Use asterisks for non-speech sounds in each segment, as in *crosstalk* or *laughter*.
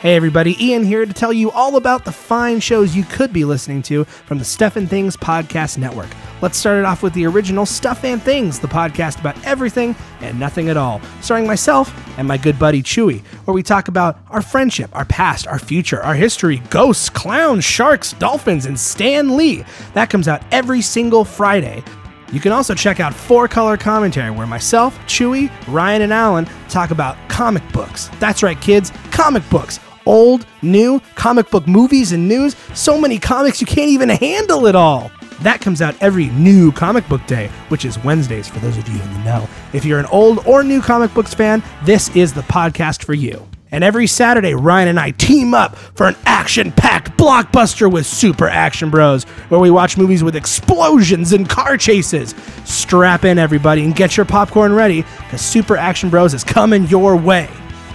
Hey everybody, Ian here to tell you all about the fine shows you could be listening to from the Stuff and Things Podcast Network. Let's start it off with the original Stuff and Things, the podcast about everything and nothing at all, starring myself and my good buddy Chewy, where we talk about our friendship, our past, our future, our history, ghosts, clowns, sharks, dolphins, and Stan Lee. That comes out every single Friday. You can also check out Four Color Commentary, where myself, Chewy, Ryan, and Alan talk about comic books. That's right, kids, comic books. Old, new, comic book movies and news, so many comics you can't even handle it all. That comes out every new comic book day, which is Wednesdays for those of you in the know. If you're an old or new comic books fan, this is the podcast for you. And every Saturday, Ryan and I team up for an action packed blockbuster with Super Action Bros, where we watch movies with explosions and car chases. Strap in, everybody, and get your popcorn ready, because Super Action Bros is coming your way.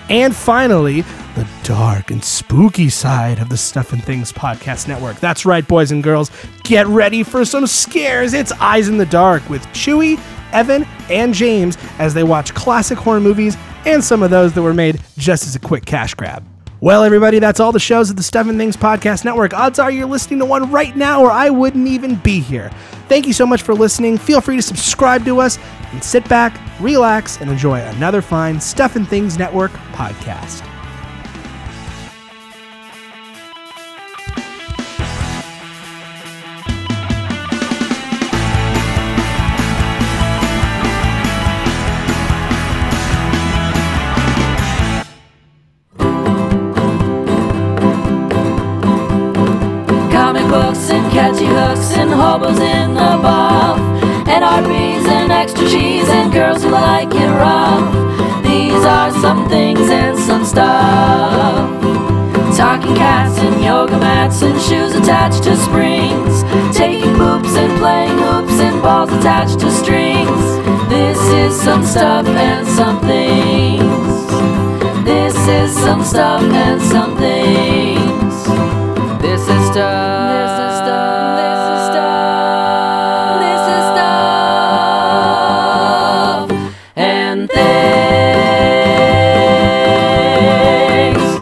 And finally, the dark and spooky side of the Stuff and Things Podcast Network. That's right, boys and girls. Get ready for some scares. It's Eyes in the Dark with Chewy, Evan, and James as they watch classic horror movies and some of those that were made just as a quick cash grab. Well, everybody, that's all the shows of the Stuff and Things Podcast Network. Odds are you're listening to one right now, or I wouldn't even be here. Thank you so much for listening. Feel free to subscribe to us and sit back, relax, and enjoy another fine Stuff and Things Network podcast. Comic books and catchy hooks and hobos in the bath And RBs and extra cheese and girls who like it rough These are some things and some stuff Talking cats and yoga mats and shoes attached to springs Taking poops and playing hoops and balls attached to strings This is some stuff and some things This is some stuff and some things this is stuff. This is stuff. This is stuff. This is stuff. And things.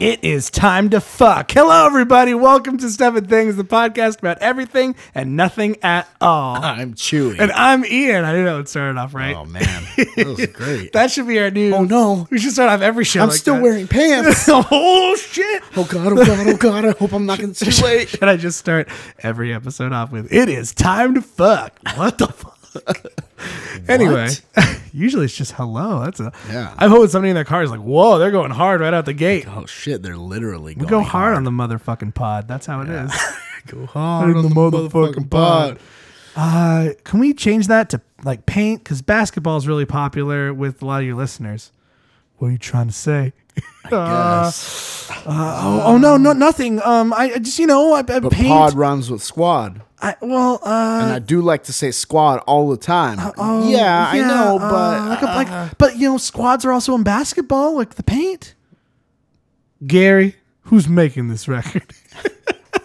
It is time to fuck. Hello, everybody. Welcome to Stuff and Things, the podcast about everything and nothing at all. I'm chewing. And I'm Ian. I didn't know it started off right. oh man, that *laughs* was great. That should be our new. oh no, We should start off every show. I'm like still that. wearing pants. *laughs* oh shit! oh god, oh god, oh god. I hope I'm not getting too late. Should I just start every episode off with "It is time to fuck"? What the fuck? Anyway, *laughs* usually it's just hello. That's a. Yeah. I've hoped somebody in their car is like, "Whoa, they're going hard right out the gate." Oh shit, they're literally We going go hard on the motherfucking pod. That's how it *laughs* is. Go hard on the motherfucking pod. Uh, can we change that to like paint? Because basketball is really popular with a lot of your listeners. What are you trying to say? Yes, Oh, oh no, no, nothing. Um, I, I just you know I, I but paint. pod rhymes with squad, I, well, uh, and I do like to say squad all the time. Oh, yeah, I uh, know, but like, a- like, but you know, squads are also in basketball, like the paint. Gary, who's making this record?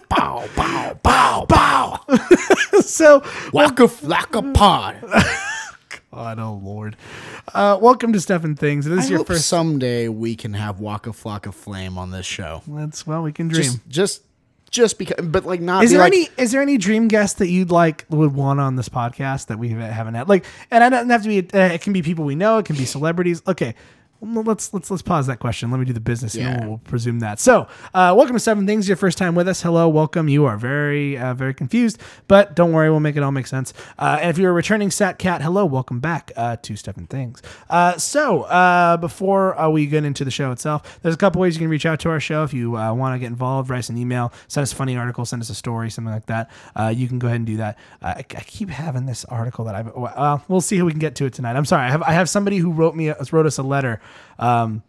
bow, bow, bow, bow. *laughs* so, Like a like a pod. God, oh Lord, uh, welcome to Stuff and Things. This I is your hope first. someday we can have Waka Flocka Flame on this show. That's well, we can dream. Just, just, just because, but like not. is be there like, any is there any dream guest that you'd like would want on this podcast that we haven't had? Like, and I don't have to be. Uh, it can be people we know. It can be celebrities. Okay. Well, Let's let's let's pause that question. Let me do the business, and Yeah. we'll, we'll presume that. So, uh, welcome to Seven Things. Your first time with us. Hello, welcome. You are very uh, very confused, but don't worry, we'll make it all make sense. Uh, and if you're a returning Sat Cat, hello, welcome back uh, to Seven Things. Uh, so, uh, before uh, we get into the show itself, there's a couple ways you can reach out to our show if you uh, want to get involved. Write us an email, send us a funny article, send us a story, something like that. Uh, you can go ahead and do that. Uh, I, I keep having this article that I well, we'll see how we can get to it tonight. I'm sorry, I have I have somebody who wrote me a, wrote us a letter. Um,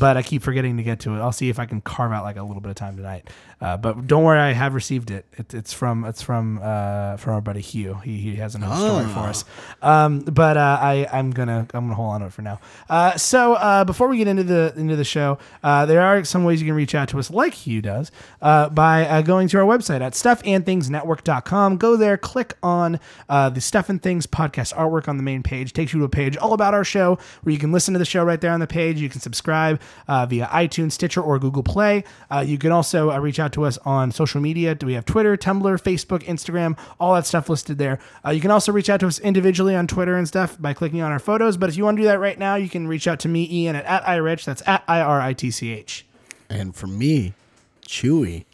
but I keep forgetting to get to it. I'll see if I can carve out like a little bit of time tonight. Uh, but don't worry, I have received it. it it's from it's from uh, from our buddy Hugh. He, he has another story for us. Um, but uh, I I'm gonna I'm gonna hold on to it for now. Uh, so uh, before we get into the into the show, uh, there are some ways you can reach out to us, like Hugh does, uh, by uh, going to our website at stuffandthingsnetwork.com. Go there, click on uh, the Stuff and Things podcast artwork on the main page. Takes you to a page all about our show where you can listen to the show right there on the page. You can subscribe subscribe uh, via iTunes, Stitcher, or Google Play. Uh, you can also uh, reach out to us on social media. Do we have Twitter, Tumblr, Facebook, Instagram, all that stuff listed there. Uh, you can also reach out to us individually on Twitter and stuff by clicking on our photos. But if you want to do that right now, you can reach out to me, Ian, at, at irich. That's at I R I T C H. And for me, Chewy,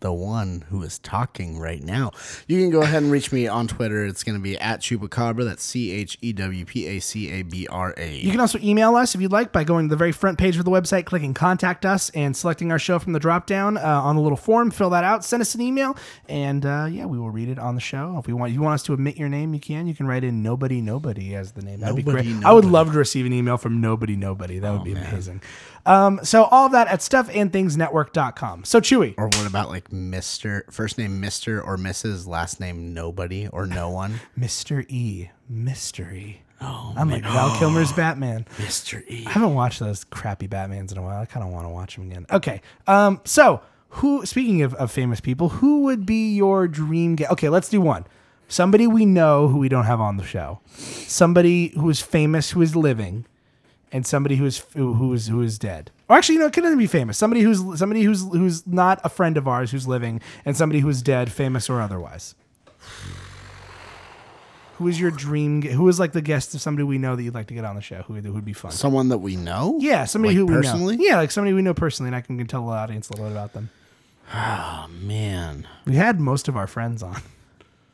the one who is talking right now, you can go ahead and reach me on Twitter. It's going to be at Chupacabra. That's C H E W P A C A B R You A. can also email us if you'd like by going to the very front page of the website, clicking contact us, and selecting our show from the drop down uh, on the little form. Fill that out, send us an email, and uh, yeah, we will read it on the show. If we want, you want us to omit your name, you can. You can write in nobody, nobody as the name. That'd be Nobody, great. I would nobody. Oh, love to receive an email from nobody, nobody. That would be amazing. Um, so all of that at stuffandthingsnetwork.com. So Chewy, Or what about like Mr. First name Mr. or Mrs. Last name Nobody or *laughs* No One? Mr. E, mystery. Oh, I'm like Val Kilmer's *gasps* Batman. Mr. E. I haven't watched those crappy Batmans in a while. I kind of want to watch them again. Okay. Um. So who? Speaking of, of famous people, who would be your dream guest? Okay, let's do one. Somebody we know who we don't have on the show. Somebody who is famous who is living, and somebody who is who who is who is dead. Or actually, you know, it couldn't be famous. Somebody who's somebody who's who's not a friend of ours who's living, and somebody who's dead, famous or otherwise. Who is your dream? gu- Who is like the guest of somebody we know that you'd like to get on the show? Who, who would be fun? Someone that we know? Yeah, somebody Like, who we personally? know. Yeah, like somebody we know personally, and I can, can tell the audience a little bit about them. Oh, man. We had most of our friends on. *laughs*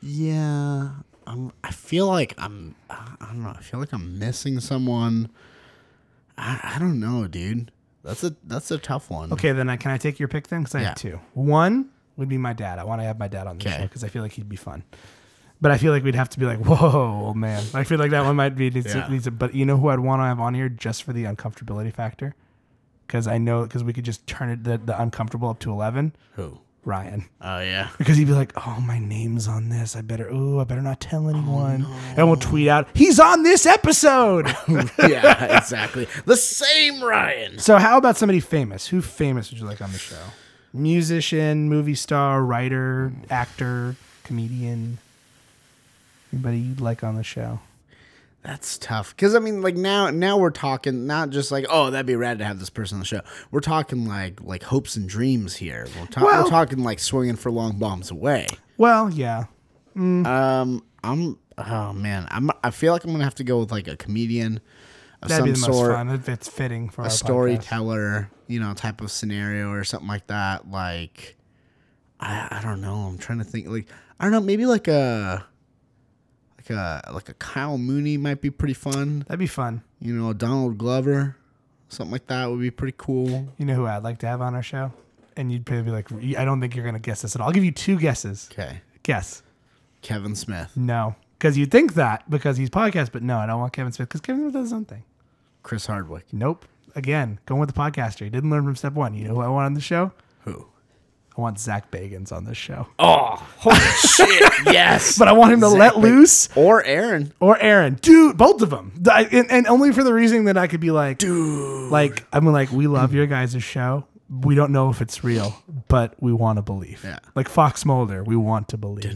Yeah, I'm, I feel like I'm. I I don't know. I feel like I'm missing someone. I, I don't know, dude. That's a that's a tough one. Okay, then I can I take your pick then? Because I Yeah. have two. One would be my dad. I want to have my dad on the Okay. show because I feel like he'd be fun. But I feel like we'd have to be like, *laughs* whoa, old man. I feel like that one might be needs, to- Yeah. needs to- But you know who I'd want to have on here just for the uncomfortability factor? Because I know because we could just turn it the, the uncomfortable up to eleven. Who? Ryan. Oh yeah. because he'd be like, "Oh, my name's on this. I better, ooh, I better not Oh, tell anyone." And we'll tweet out, "He's on this episode." *laughs* *laughs* *laughs* yeah, exactly. The same Ryan. so, how about somebody famous? Who famous would you like on the show? Musician, movie star, writer, Mm. actor, comedian. Anybody you'd like on the show? That's tough. Cause I mean, like now now we're talking not just like oh that'd be rad to have this person on the show. We're talking like like hopes and dreams here. We're, ta- Well- we're talking like swinging for long bombs away. Well, yeah, Um, I'm oh man, I'm I feel like I'm gonna have to go with like a comedian of that'd some be the most sort. fun. It- It's fitting for a our podcast. storyteller, you know, type of scenario or something like that. Like, I, I don't know. I'm trying to think. Like, I don't know. Maybe like a like a like a Kyle Mooney might be pretty fun. That'd be fun. You know, Donald Glover, something like that would be pretty cool. You know who I'd like to have on our show? And you'd probably be like, "I don't think you're gonna guess this at all." I'll give you two guesses. Okay, Guess. Kevin Smith, No, because you think that because he's podcast, but no, I don't want Kevin Smith because Kevin Smith does his own thing. Chris Hardwick. Nope. Again, going with the podcaster. He didn't learn from step one. You know who I want on the show? Who? I want Zach Bagans on this show. yes, *laughs* But I want him to let loose or Aaron. or Aaron. Dude, both of them. I- And, and only for the reason that I could be like, dude. Like, I'm like, we love your guys' show. We don't know if it's real, but we want to believe. Yeah. Like Fox Mulder, we want to believe.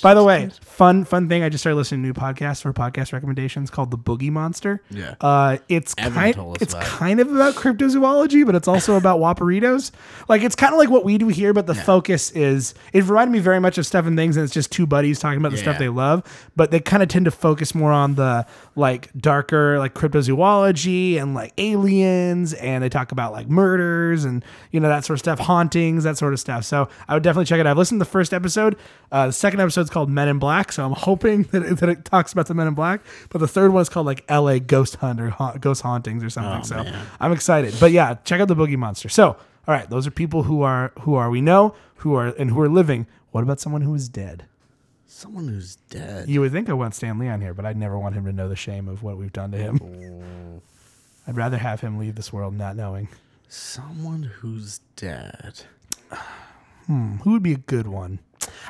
By the way, fun fun thing. I just started listening to a new podcast for podcast recommendations called The Boogie Monster. Yeah. uh, it's Evan kind told us it's about it. kind of about cryptozoology, but it's also about waparitos. Like it's kind of like what we do here, but the focus is it reminded me very much of stuff and things, and it's just two buddies talking about the stuff Yeah. they love, but they kind of tend to focus more on the like darker like cryptozoology and like aliens, and they talk about like murders and you know that sort of stuff, hauntings, that sort of stuff. So I would definitely check it out. I've listened to the first episode. Uh, the second episode is called Men in Black, so I'm hoping *laughs* that it, that it talks about the Men in Black. But the third one is called like L.A. Ghost Hunt or ha- Ghost Hauntings or something. so I'm excited. But yeah, check out the Boogie Monster. So all right, those are people who are who are we know who are and who are living. What about someone who is dead? Someone who's dead. You would think I want Stan Lee on here, but I'd never want him to know the shame of what we've done to him. *laughs* I'd rather have him leave this world not knowing. Someone who's dead. Who would be a good one?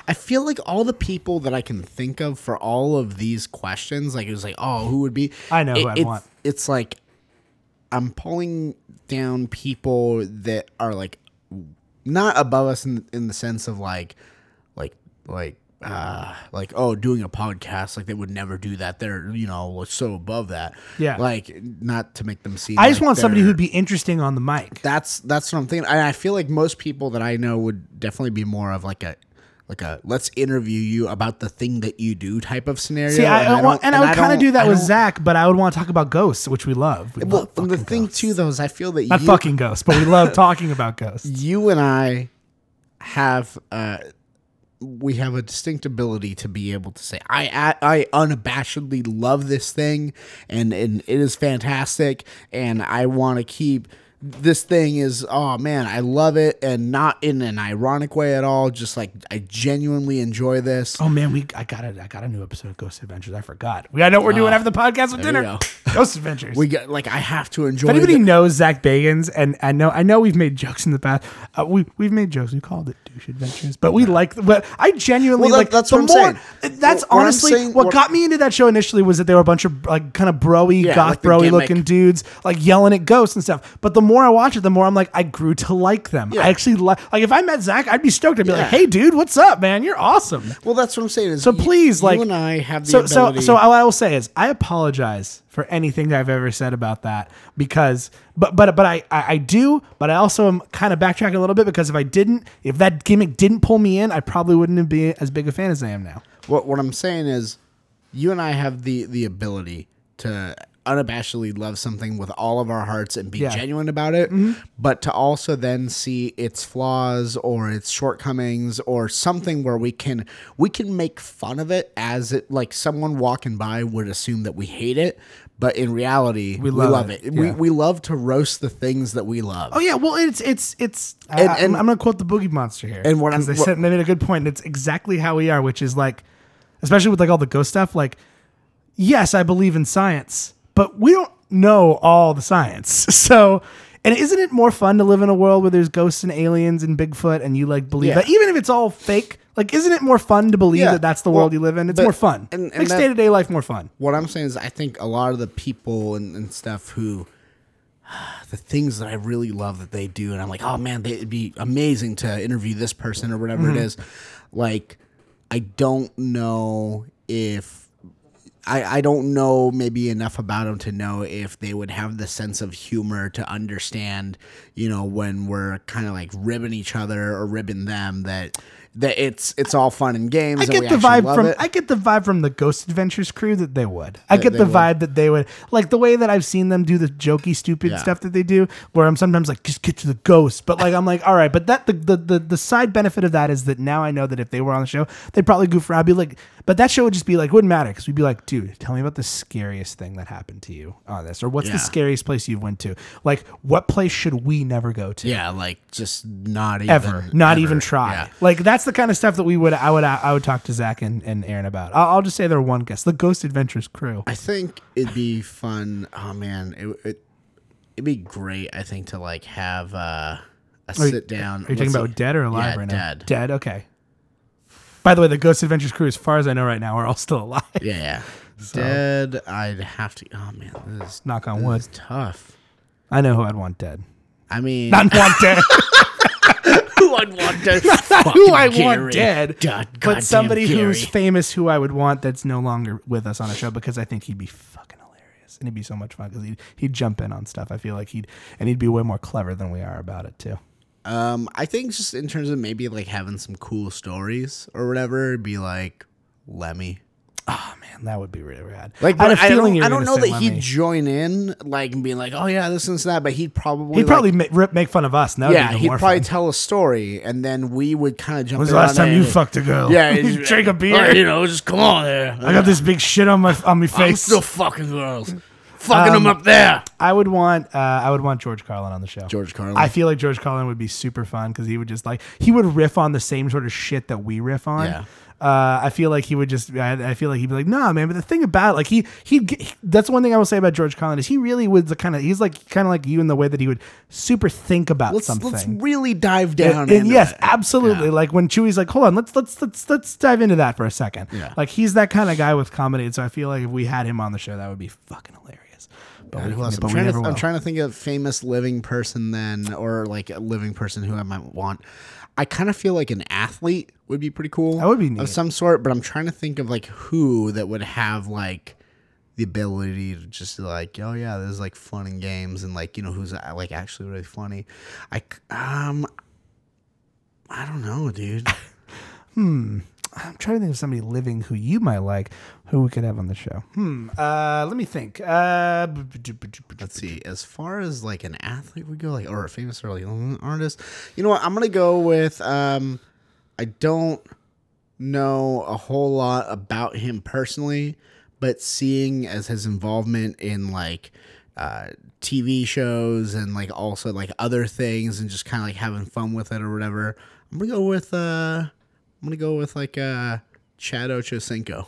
I feel like all the people that I can think of for all of these questions, like it was like, oh, who would be? I know who I'd it's, want. It's like I'm pulling down people that are like not above us in in the sense of like, like, like uh, like oh doing a podcast like they would never do that they're you know so above that Yeah. like not to make them seem I just like want somebody they're- who'd be interesting on the mic. that's that's what I'm thinking. And I feel like most people that I know would definitely be more of like a like a let's interview you about the thing that you do type of scenario. See, I, I, want, don't- and I would kind of don't- do that I with don't- Zach, but I would want to talk about ghosts, which we love. We Well, love fucking the thing ghosts. too though is I feel that not you, fucking ghosts, but we *laughs* love talking about ghosts. you and I have uh we have a distinct ability to be able to say I I, I unabashedly love this thing and and it is fantastic and I want to keep this thing is oh man I love it and not in an ironic way at all just like I genuinely enjoy this Oh man, we I got a I got a new episode of Ghost Adventures. I forgot. We I know what we're doing after the podcast with Ah, we dinner. Ghost Adventures. we got like I have to enjoy if anybody the- knows Zach Bagans, and I know I know we've made jokes in the past. Uh, we we've made jokes. We called it douche adventures, but we like. But I genuinely Well, that- like. that's the what I'm more- uh, saying. That's What I'm honestly saying- what, what- got me into that show initially was that they were a bunch of like kind of broy, Yeah, goth like the broy gimmick. looking dudes, like yelling at ghosts and stuff. But the more I watch it, the more I'm like, I grew to like them. Yeah. I actually like. Like if I met Zach, I'd be stoked. I'd be like, Yeah. Hey, dude, what's up, man? You're awesome. well that's what I'm saying is So please, like, you and I have the so ability so so. All I will say is, I apologize for anything I've ever said about that because, but but but I I, I do, but I also am kind of backtracking a little bit because if I didn't, if that gimmick didn't pull me in, I probably wouldn't be as big a fan as I am now. What what I'm saying is, you and I have the the ability to unabashedly love something with all of our hearts and be Yeah. genuine about it, but to also then see its flaws or its shortcomings or something where we can we can make fun of it as it like someone walking by would assume that we hate it, but in reality we love, love it. it, We yeah. we love to roast the things that we love. Oh yeah, well it's it's it's. I- And- I, and- am I'm gonna quote the Boogie Monster here, And what I'm- 'cause they what- said they made a good point, and it's exactly how we are, which is like, especially with like all the ghost stuff. Like, yes, I believe in science, but we don't know all the science. *laughs* So, and isn't it more fun to live in a world where there's ghosts and aliens and Bigfoot, and you like believe Yeah. that, even if it's all fake? Like, isn't it more fun to believe Yeah. that that's the Well, world you live in? It's but- more fun. and- and Makes that- day to day life more fun. what I'm saying is I think a lot of the people and, and stuff who *sighs* the things that I really love that they do, and I'm like, oh man, they, it'd be amazing to interview this person or whatever Mm-hmm. it is. Like, I don't know if I, I don't know maybe enough about them to know if they would have the sense of humor to understand, you know, when we're kind of like ribbing each other or ribbing them that that it's it's all fun and games. I and get we the actually vibe love from it. I get the vibe from the Ghost Adventures crew that they would. I get they the would. vibe that they would like the way that I've seen them do the jokey, stupid Yeah. stuff that they do. Where I'm sometimes like, just get to the ghost, but like I'm like, all right. But that the the the, the side benefit of that is that now I know that if they were on the show, they'd probably goof around. I'd be like, but that show would just be like, wouldn't matter because we'd be like, dude, tell me about the scariest thing that happened to you on this, or what's Yeah. the scariest place you've went to? Like, what place should we never go to? Yeah, like just not even ever, not even ever. try. Yeah. Like that's the kind of stuff that we would I would I would talk to Zach and, and Aaron about. I'll, I'll just say they're one guest, the Ghost Adventures crew. I think it'd be fun. Oh man, it, it it'd be great. I think to like have uh, a Are you- sit down. Are you talking about dead or alive Yeah, right now? dead. Dead. Okay. By the way, the Ghost Adventures crew, as far as I know right now, are all still alive. *laughs* Yeah, yeah. Dead. I'd have to. Oh man, this is Knock on this wood. is tough. I know who I'd want dead. I mean, *laughs* Not want dead. *laughs* who *laughs* I'd want dead. Not who I Fucking want Gary. dead. God- goddamn but somebody who's Gary. famous, who I would want, that's no longer with us on a show because I think he'd be fucking hilarious and it'd be so much fun because he'd, he'd jump in on stuff. I feel like he'd and he'd be way more clever than we are about it too. *laughs* Um, I think just in terms of maybe like having some cool stories or whatever, it'd be like Lemmy. Man, that would be really rad. Like, I had but I, a feeling don't, you were I don't gonna know say that Lemmy. he'd join in, like, and be like, "Oh yeah, this and that," but he'd probably He'd like, probably ma- rip, make fun of us. Now, yeah, be even he'd more probably Fun. tell a story, and then we would kind of jump. When's in the last on time it you and- fucked a girl? *laughs* Yeah, you it's- drink a beer. *laughs* Or, you know, just come on there. I got this big shit on my on my *laughs* I'm face. still fucking girls, fucking them Um, up there. I would want uh, I would want George Carlin on the show. George Carlin. I feel like George Carlin would be super fun because he would just like he would riff on the same sort of shit that we riff on. Yeah. Uh, I feel like he would just. I, I feel like he'd be like, "Nah, man." But the thing about it, like he he, he that's one thing I will say about George Carlin is he really was the kind of he's like kind of like you in the way that he would super think about let's something. let's really dive And- down. and into yes, it. absolutely. Like when Chewie's like, hold on, let's let's let's let's dive into that for a second. Yeah. Like he's that kind of guy with comedy, and so I feel like if we had him on the show, that would be fucking hilarious. But God, we, who else? but I'm, we trying never to, will. I'm trying to think of famous living person then, or like a living person who I might want. I kind of feel like an athlete would be pretty cool. That would be neat. of some sort, but I'm trying to think of like who that would have like the ability to just like, oh yeah, there's like fun and games, and like you know who's uh, like actually really funny. I c- um, I don't know, dude. *sighs* I'm trying to think of somebody living who you might like, who we could have on the show. Hmm. Uh, let me think. Uh, Let's see. As far as like an athlete would go, like or a famous or like an artist, you know what? I'm gonna go with. Um, I don't know a whole lot about him personally, but seeing as his involvement in like uh, TV shows and like also like other things and just kind of like having fun with it or whatever, I'm gonna go with. Uh, I'm gonna go with like uh, Chad Ochocinco.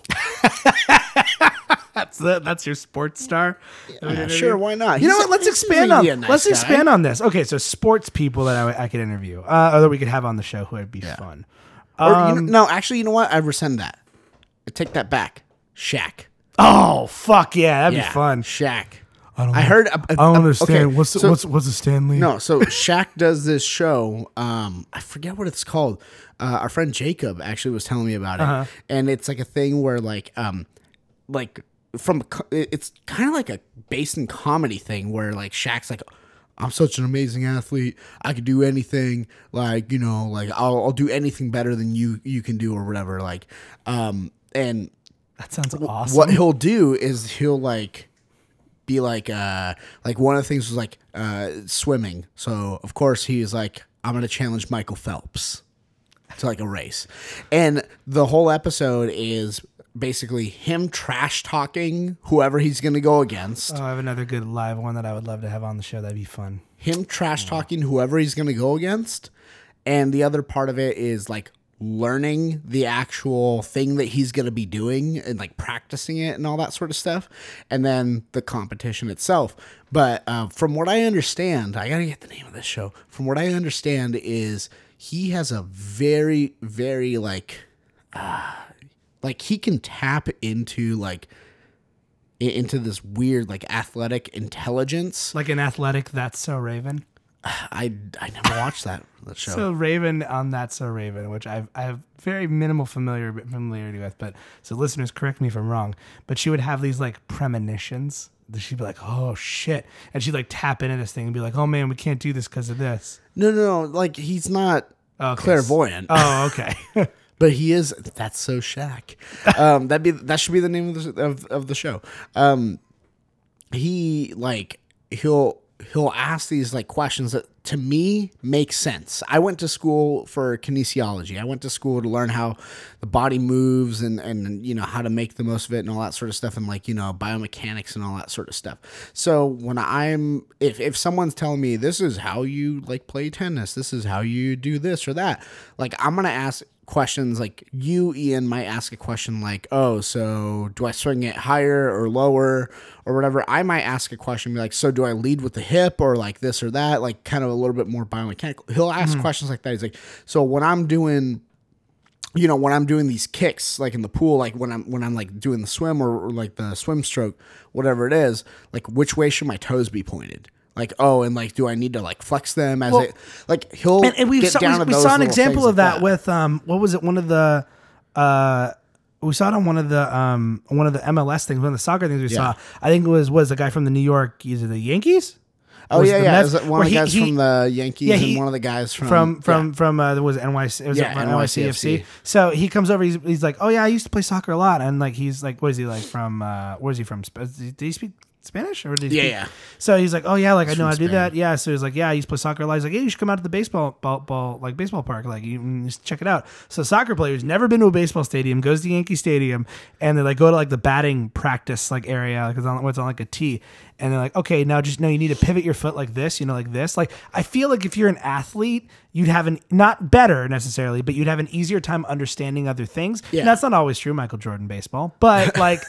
that's the, that's your sports star. Yeah, sure, why not? You know He's a- what? Let's he's expand on really a nice let's guy. expand on this. Okay, so sports people that I, I could interview, uh, or that we could have on the show who would be fun. Or, you Um, kn- no, actually, you know what? I rescind that. I take that back. Shaq. Oh fuck yeah, that'd Yeah, be fun. Shaq. I don't. I heard. I *laughs* so, what's the Stanley? no? So Shaq does this show. Um, I forget what it's called. Uh, our friend Jacob actually was telling me about it, and it's like a thing where like um, like from co- it- it's kind of like a based in comedy thing where like Shaq's like. I'm such an amazing athlete. I could do anything. Like you know, like I'll, I'll do anything better than you you can do or whatever. Like, um, and that sounds awesome. what he'll do is he'll like be like uh like one of the things was like uh swimming so of course he's like i'm gonna challenge michael phelps to like a race and the whole episode is basically him trash talking whoever he's gonna go against Oh, I have another good live one that I would love to have on the show. That'd be fun. him trash talking whoever he's going to go against. And the other part of it is like learning the actual thing that he's going to be doing and like practicing it and all that sort of stuff. And then the competition itself. But uh, from what I understand, I got to get the name of this show. From what I understand, is he has a very, very like, uh, like he can tap into like, i- into this weird like athletic intelligence Like an athletic That's So Raven. I I never watched that that show. So Raven on That's So Raven, which I've I have very minimal familiar familiarity with, but so listeners correct me if I'm wrong, but she would have these like premonitions. that She'd be like, "Oh shit," and she'd like tap into this thing and be like, "Oh man, we can't do this because of this." no, no, no. Like he's not Okay. clairvoyant, Oh, okay. *laughs* but he is. That's so Shaq. um, that be that should be the name of the, of, of the show. Um, he like he'll he'll ask these like questions that to me make sense. I went to school for kinesiology. I went to school to learn how the body moves and and you know how to make the most of it and all that sort of stuff and like you know biomechanics and all that sort of stuff. So when I'm if if someone's telling me this is how you like play tennis, this is how you do this or that, like I'm going to ask questions like you ian might ask a question like oh so do i swing it higher or lower or whatever i might ask a question be like so do i lead with the hip or like this or that like kind of a little bit more biomechanical he'll ask Hmm. questions like that he's like so when i'm doing you know when i'm doing these kicks like in the pool like when i'm when i'm like doing the swim or, or like the swim stroke whatever it is like which way should my toes be pointed like oh and like do i need to like flex them as it like he'll and, and we get saw, down we, to we those saw an little example things of like that, with um what was it one of the uh we saw it on one of the um one of the MLS things one of the soccer things we saw I think it was was the guy from the New York either the Yankees Oh Was yeah, the yeah. Mets- Is it one where of the he- guys he- from the Yankees yeah, he- and one of the guys from from from from uh, there was NYC it was Yeah, from NYCFC. NYCFC so he comes over he's, he's like oh yeah I used to play soccer a lot and like he's like what is he like from uh where is he from Sp- did he speak Spanish or did he Yeah, speak- yeah. so he's like oh yeah like I know from I do Spain. that yeah so he's like yeah I used to play soccer a lot he's like yeah you should come out to the baseball ball, ball like baseball park like you mm, just check it out so soccer players never been to a baseball stadium goes to Yankee Stadium and they like go to like the batting practice like area like it's on what's on like a tee and they're like okay now just no you need to pivot your foot like this you know like this like I feel like if you're an athlete you'd have an not better necessarily but you'd have an easier time understanding other things Yeah. and that's not always true Michael Jordan baseball but like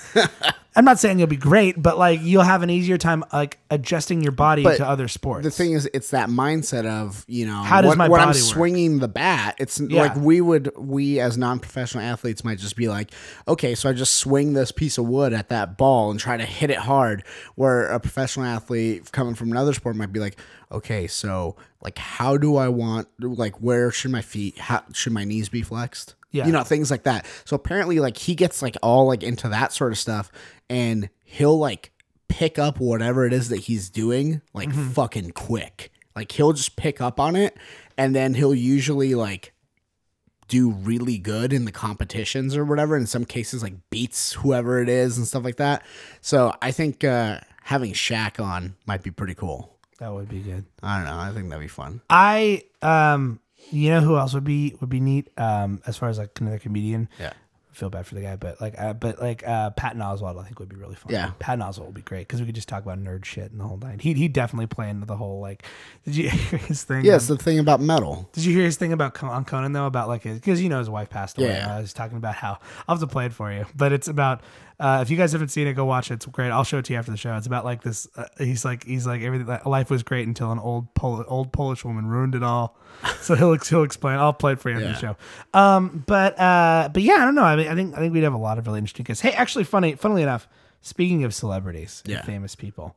I'm not saying you'll be great, but like you'll have an easier time like adjusting your body But to other sports. The thing is, it's that mindset of you know How does when, my when I'm body work? swinging the bat. It's Yeah. like we would we as non-professional athletes might just be like, okay, so I just swing this piece of wood at that ball and try to hit it hard. Where a professional athlete coming from another sport might be like, okay, so like how do I want like where should my feet how should my knees be flexed? Yeah. you know things like that. So apparently, like he gets like all like into that sort of stuff, and he'll like pick up whatever it is that he's doing like fucking quick. Like he'll just pick up on it, and then he'll usually like do really good in the competitions or whatever. In some cases, like beats whoever it is and stuff like that. So I think uh having Shaq on might be pretty cool. that would be good. I don't know. I think that'd be fun. I um you know who else would be would be neat um as far as like another comedian. Yeah. I feel bad for the guy, but like uh, but like uh Patton Oswald I think would be really fun. Yeah. Patton Oswald would be great because we could just talk about nerd shit and the whole night. He he definitely play into the whole like *laughs* did you hear his thing? Yeah, it's the thing about metal. Did you hear his thing about Con- on Conan though about like because you know his wife passed away? Yeah. and I was talking about how I'll have to play it for you, but it's about uh, if you guys haven't seen it, go watch it. It's great. I'll show it to you after the show. It's about like this. Uh, he's like he's like everything. like, Life was great until an old Pol- old Polish woman ruined it all. *laughs* So he'll ex- he'll explain. I'll play it for you after the Yeah. show. Um, but uh, but yeah, I don't know. I mean, I think I think we'd have a lot of really interesting guests. Hey, actually, funny, funnily enough, speaking of celebrities Yeah. and famous people,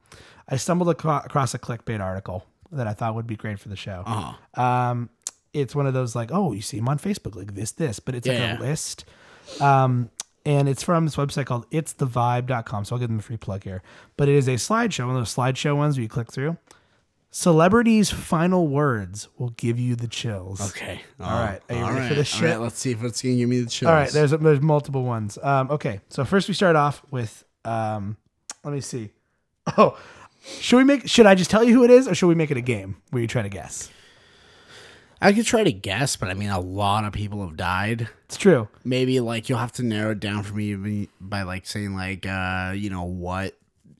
I stumbled aco- across a clickbait article that I thought would be great for the show Uh-huh. um, it's one of those like, oh, you see him on Facebook, like this, this, but it's Yeah. like a list. Um, and it's from this website called itsthevibe.com. So I'll give them a free plug here. But it is a slideshow, one of those slideshow ones where you click through. Celebrities' final words will give you the chills. Okay. All right. Are you ready for this Oh, All right, shit? let's see if it's gonna give me the chills. All right, there's there's multiple ones. Um, okay, so first we start off with um, let me see. *laughs* Oh, should we make? Should I just tell you who it is, or should we make it a game where you try to guess? I could try to guess, but I mean, a lot of people have died. It's true. Maybe like you'll have to narrow it down for me by like saying like uh you know what.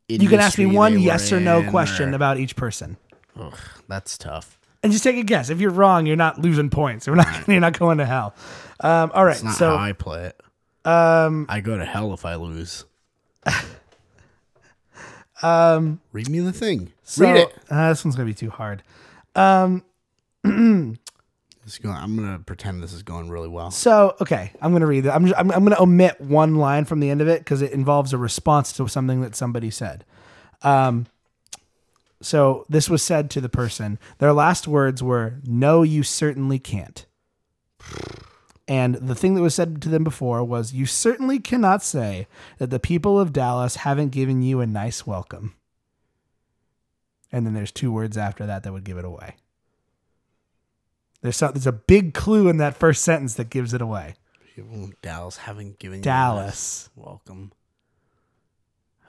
You can ask me industry one they yes were or no in question or- about each person, Ugh, that's tough. and just take a guess. If you're wrong, you're not losing points. You're not *laughs* you're not going to hell. Um, all right, It's not so how I play it. Um, I go to hell if *laughs* I lose. um, read me the thing. so- read it. Uh, this one's gonna be too hard. It's going, I'm gonna pretend this is going really well. So okay, I'm gonna read that. I'm, I'm I'm gonna omit one line from the end of it because it involves a response to something that somebody said. Um, so this was said to the person. Their last words were, "No, you certainly can't." And the thing that was said to them before was, "You certainly cannot say that the people of Dallas haven't given you a nice welcome." And then there's two words after that that would give it away. There's some, there's a big clue in that first sentence that gives it away. People in Dallas haven't given you Dallas. this welcome.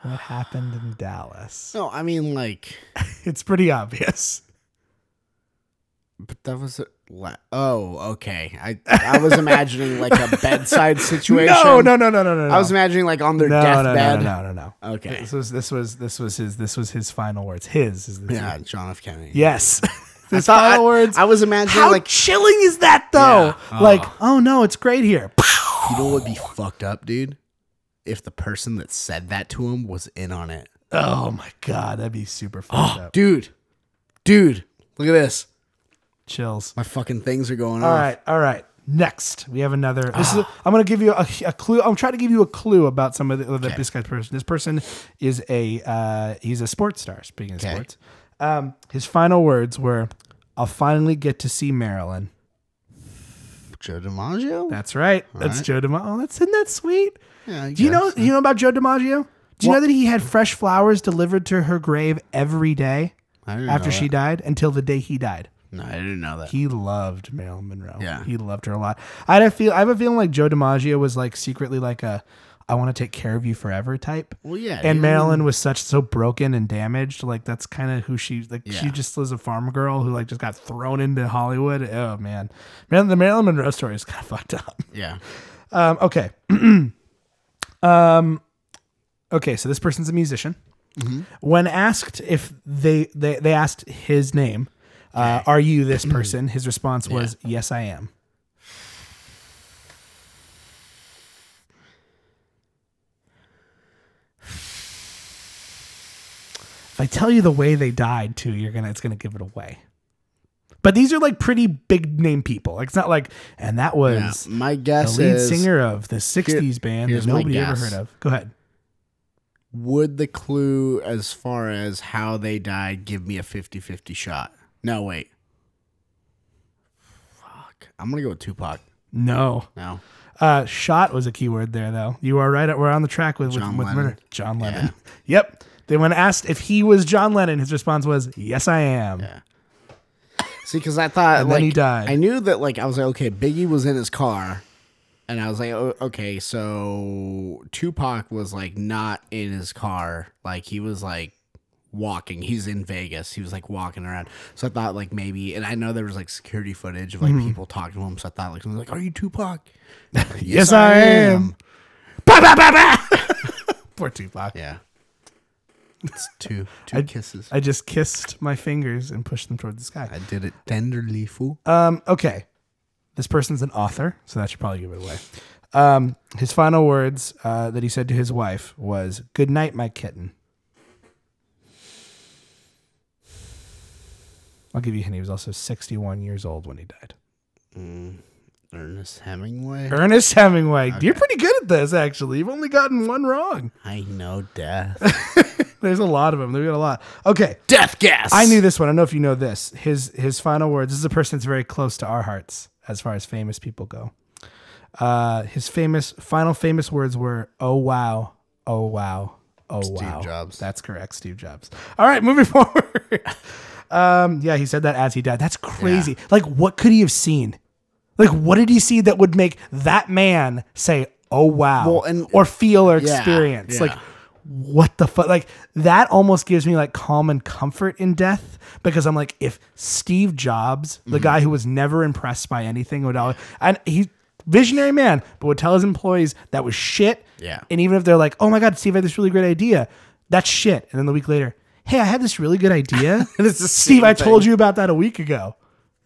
What happened in Dallas? No, I mean like. *laughs* It's pretty obvious. But that was a la- oh okay. I *laughs* I was imagining like a bedside situation. No, no, no, no, no, no. I was imagining like on their no, no, no, deathbed. no, no, no, no. Okay. This was this was this was his this was his final words. His is this Yeah, John F. Kennedy. Yes. *laughs* I his thought- final I- words. I was imagining How like chilling is that though? Yeah. Like, Oh. oh no, it's great here. *laughs* you know what would be Oh. fucked up, dude? If the person that said that to him was in on it, Oh my god, that'd be super fucked up. dude, dude, look at this. Chills. My fucking things are going All off. right, all right. Next, we have another. This is. *sighs* I'm going to give you a, a clue. I'm trying to give you a clue about some of the, the this guy's person. This person is a. Uh, he's a sports star. Speaking of Okay. sports, um, his final words were, "I'll finally get to see Marilyn." Joe DiMaggio. That's right. that's right. Joe DiMaggio. Oh, that's isn't that sweet? yeah, I Do you know? guess. You know about Joe DiMaggio? Do you know that he had fresh flowers delivered to her grave every day I didn't after know she died until the day he died? No, I didn't know that. He loved Marilyn Monroe. Yeah. he loved her a lot. I had a feel. I have a feeling like Joe DiMaggio was like secretly like a, I want to take care of you forever type. well, yeah. dude, I And mean, Marilyn was such so broken and damaged. Like that's kind of who she like. She Yeah. just was a farm girl who like just got thrown into Hollywood. Oh man, man, the Marilyn Monroe story is kind of *laughs* fucked up. Yeah. Um, okay. *clears throat* um, okay. So this person's a musician. When asked if they they, they asked his name, uh, are you this person? His response was, "Yes, I am." If I tell you the way they died, too, you're gonna it's gonna give it away. But these are like pretty big name people. Like, it's not like, and that Yeah, was my the guess lead is singer of the '60s band that here's my nobody ever guess. heard of. Go ahead. would the clue as far as how they died give me a 50-50 shot? No, wait. Fuck. I'm going to go with Tupac. No, No. uh, shot was a key word there, though. You are right. We're on the track with with, John with Lennon. murder. John Lennon. Yep. Then when asked if he was John Lennon, his response was, "Yes, I am." Yeah. See, because I thought And like then he died. I knew that like I was like, okay, Biggie was in his car, and I was like, oh, okay, so Tupac was like not in his car, like he was like walking. He's in Vegas. He was like walking around. So I thought like maybe, and I know there was like security footage of like Mm-hmm. people talking to him. So I thought like someone's like, are *laughs* you Tupac? yes, Yes, I am. Bah, bah, bah, *laughs* bah! Poor Tupac. Yeah. It's two two kisses. I, I just kissed my fingers and pushed them toward the sky. did it tenderly, fool. Um, okay. This person's an author, so that should probably give it away. Um, his final words uh, that he said to his wife was, Good night, my kitten. I'll give you a hint. He was also 61 years old when he died. Ernest Hemingway. Ernest Hemingway. You're pretty good at this, actually. You've only gotten one wrong. I know death. There's a lot of them. They've got a lot. Okay. death gas. I knew this one. I don't know if you know this. His his final words. This is a person that's very close to our hearts as far as famous people go. Uh, his famous final famous words were "Oh wow, oh wow, oh wow." Jobs. That's correct, Steve Jobs. All right, moving *laughs* forward. um, yeah, he said that as he died. That's crazy. Like, what could he have seen? Like, what did he see that would make that man say "Oh wow" Well, and- or feel or Yeah, experience? Like, yeah. what the fuck? Like that almost gives me like calm and comfort in death because I'm like, if Steve Jobs, the Mm-hmm. guy who was never impressed by anything, would always and he visionary man, but would tell his employees that was shit. Yeah. And even if they're like, oh my god, Steve I had this really great idea, that's shit. And then the week later, hey, I had this really good *laughs* idea. It's the Steve, same I thing. told you about that a week ago.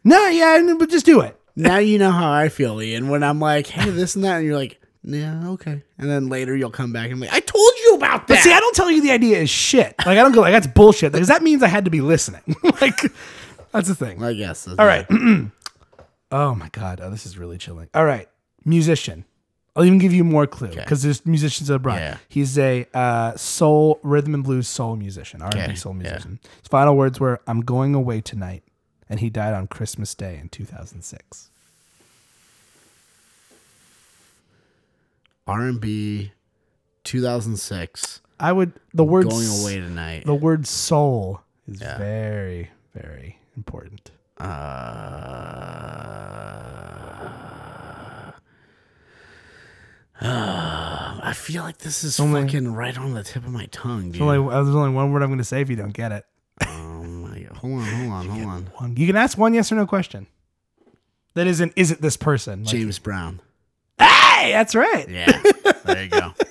No, yeah, I knew, but just do it. now you know how I feel, Ian. When I'm like, hey, this and that, and you're like, yeah, okay. And then later you'll come back and be like, I told you about But that. see, I don't tell you the idea is shit. Like I don't go like that's bullshit because that means I had to be listening. *laughs* like that's the thing. I guess. All right. *clears throat* oh my god. Oh, this is really chilling. All right. Musician. I'll even give you more clue because there's musicians abroad. Yeah. He's a uh, soul rhythm and blues soul musician, R&B Okay, soul yeah. musician. His final words were, "I'm going away tonight," and he died on Christmas Day in 2006. R and B, 2006. I would the word Going s- away tonight. The word soul is very very important. Uh, uh, *sighs* I feel like this is Only- fucking right on the tip of my tongue, dude. Only uh, there's only one word I'm going to say if you don't get it. oh my God. Hold on, hold on, hold on. One. You can ask one yes or no question. That isn't is it this person? Like, James Brown. Hey, that's right. Yeah. There you go. *laughs*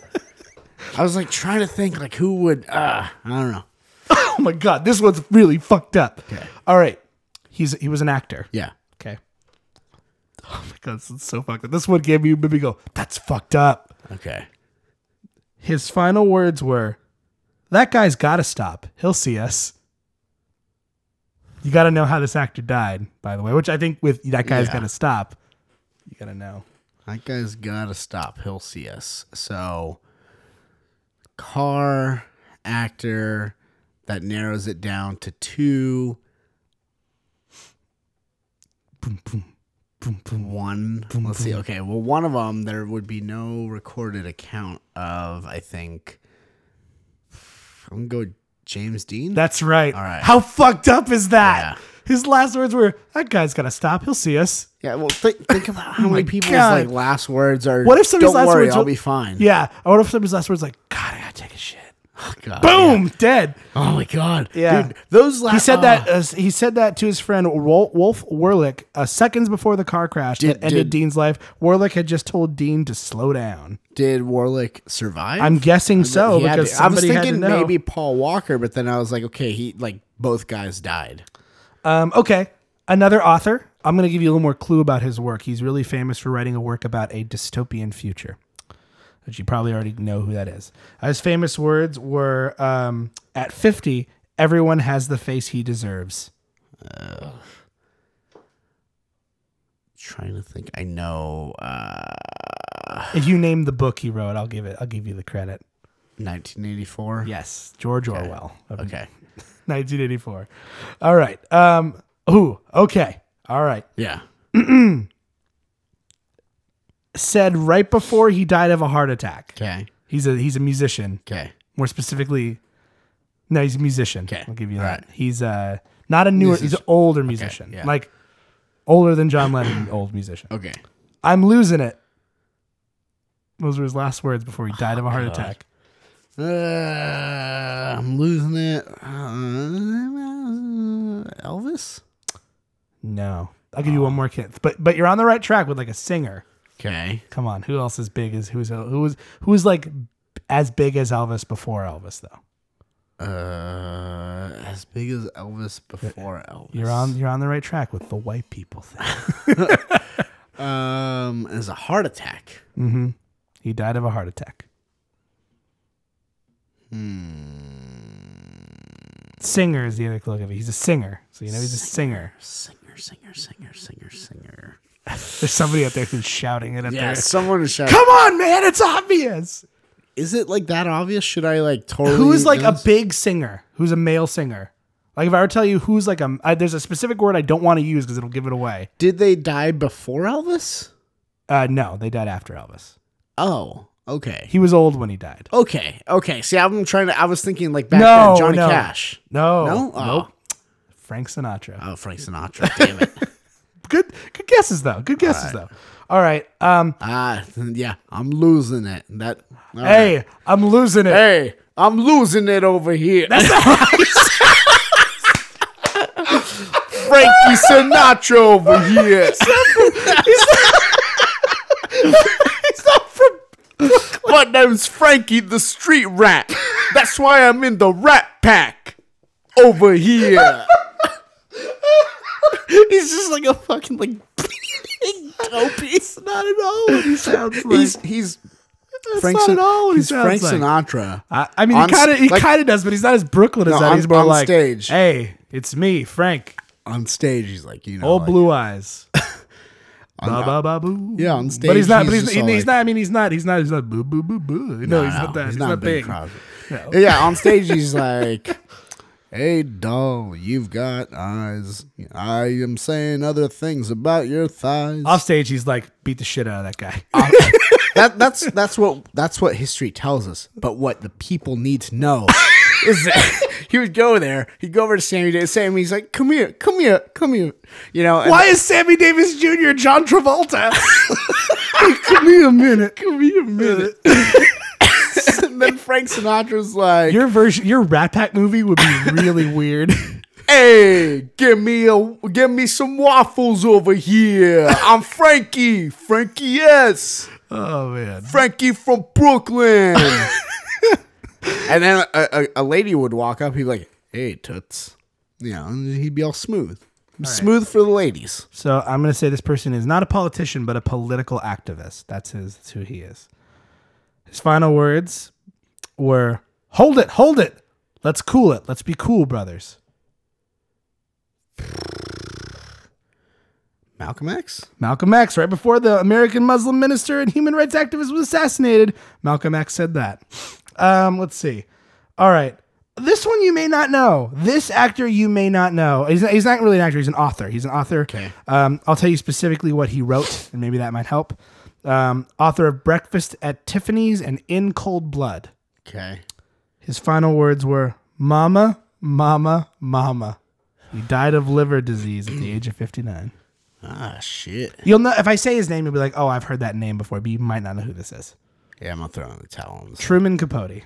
I was like trying to think like who would uh I don't know. Oh my god, this one's really fucked up. Okay. All right. He's he was an actor. Yeah. Okay. Oh my god, this is so fucked up. This one gave me made me go, that's fucked up. Okay. His final words were, That guy's gotta stop. He'll see us. You gotta know how this actor died, by the way, which I think with that guy's Yeah. gotta stop. You gotta know. That guy's gotta stop. He'll see us. So car actor that narrows it down to two Boom, boom, boom, boom. one let's see okay well one of them there would be no recorded account of i think i'm gonna go james dean That's right. All right. How fucked up is that? Yeah. His last words were, "That guy's gotta stop. He'll see us." yeah well think think about how Oh my many people's God. like last words are What if somebody's don't last worry, words i'll were- be fine Yeah. I wonder if somebody's last words like, "God, I gotta take a shit." God, yeah. Boom, dead. Oh my god. Yeah. Dude, those last He said Ah. that. Uh, he said that to his friend Wol- Wolf Warlick uh, seconds before the car crash Did- that ended did- Dean's life. Warlick had just told Dean to slow down. did Warlick survive? I'm guessing so He had because to- I was somebody had to thinking know. maybe Paul Walker, but then I was like, okay, he like both guys died. Um, okay, another author. I'm going to give you a little more clue about his work. He's really famous for writing a work about a dystopian future, which you probably already know who that is. Uh, His famous words were um, At 50, Everyone has the face he deserves. Trying to think. I know. Uh, If you name the book he wrote, I'll give it. I'll give you the credit. 1984. Yes, George Orwell. of Okay. 1984. All right. Um. Ooh. Okay. All right. Yeah. Said right before he died of a heart attack. Okay. He's a he's a musician. Okay. More specifically, no, he's a musician. Okay. I'll give you All that. right. He's uh not a newer. He's an older musician. yeah. Like older than John Lennon. *coughs* old musician. Okay. I'm losing it. Those were his last words before he died Oh, of a heart attack. Uh, I'm losing it. Uh, Elvis. No. I'll give you Oh. one more hint. But but you're on the right track with like a singer. Okay. Come on, who else is big as who's who was who was like as big as Elvis before Elvis though? Uh, as big as Elvis before Elvis. You're on you're on the right track with the white people thing. Um, as a heart attack. he died of a heart attack. Hmm. Singer is the other clue. I give you. He's a singer, so you know he's a singer. Singer, singer, singer, singer, singer. There's somebody out there who's shouting it at Yeah, their someone is shouting. Come on, man! It's obvious. Is it like that obvious? Should I like totally? Who is like know a this? big singer? Who's a male singer? Like if I were to tell you who's like a, I, there's a specific word I don't want to use because it'll give it away. Did they die before Elvis? Uh, no, they died after Elvis. Oh, okay. He was old when he died. Okay, okay. See, I'm trying to. I was thinking like back No, then, Johnny no. Cash. No, Uh. No? Oh. nope. Frank Sinatra. Oh, Frank Sinatra. damn *laughs* it. Good, good guesses though. Good guesses though. All right. Um. Ah, yeah. I'm losing it. That. all right. hey, I'm losing it. hey, I'm losing it over here. *laughs* Frankie Sinatra over here. It's not from. My name's Frankie the Street Rat. That's why I'm in the Rat Pack over here. He's just like a fucking like Oh, dopey. It's not at all what he sounds like. He's he's Frank not Sin- at all what he he's Frank sounds like. Sinatra. I, I mean, On he kind of s- he like- kind of does, but he's not as Brooklyn as No, that. on- he's more on like, stage. hey, it's me, Frank. on stage, he's like you know, Old like- blue *laughs* eyes. Ba, ba, ba, boo. Yeah, on But he's stage, not. But he's he's, just all he's like- not. I mean, he's not. He's not. He's not. Boo, boo, boo, boo. No, he's No, not that. He's, he's not, Bing big. Crosby. No. Yeah, on stage he's like, *laughs* "Hey doll, you've got eyes. I am saying other things about your thighs." Off stage, he's like beat the shit out of that *laughs* guy. Uh, that that's that's what that's what history tells us. But what the people need to know *laughs* is that *laughs* he would go there. He'd go over to Sammy Davis. Sammy's like, "Come here, come here, come here." You know, and- *laughs* Why is Sammy Davis Jr. John Travolta? Give me a minute. Give me a *laughs* minute. and then Frank Sinatra's like, Your version, your Rat Pack movie would be really weird. *laughs* "Hey, give me a give me some waffles over here. I'm Frankie, Frankie S, Oh man, Frankie from Brooklyn." *laughs* and then a, a, a lady would walk up. He'd be like, "Hey, toots," you know, and he'd be all smooth, smooth for the ladies. So I'm going to say this person is not a politician, but a political activist. That's his. That's who he is. His final words were, "Hold it, hold it. Let's cool it. Let's be cool, brothers." Malcolm X. Malcolm X, right before the American Muslim minister and human rights activist was assassinated, Malcolm X said that. Um, let's see. All right. This one you may not know. This actor you may not know. He's not, he's not really an actor, he's an author. He's an author. Okay. Um, I'll tell you specifically what he wrote, and maybe that might help. Um, author of Breakfast at Tiffany's and In Cold Blood. Okay. His final words were Mama, Mama, Mama. He died of liver disease at the age of 59. Ah, shit. You'll know if I say his name, you'll be like, "Oh, I've heard that name before," but you might not know who this is. Yeah, I'm gonna throw in the towel. on this. Truman Capote.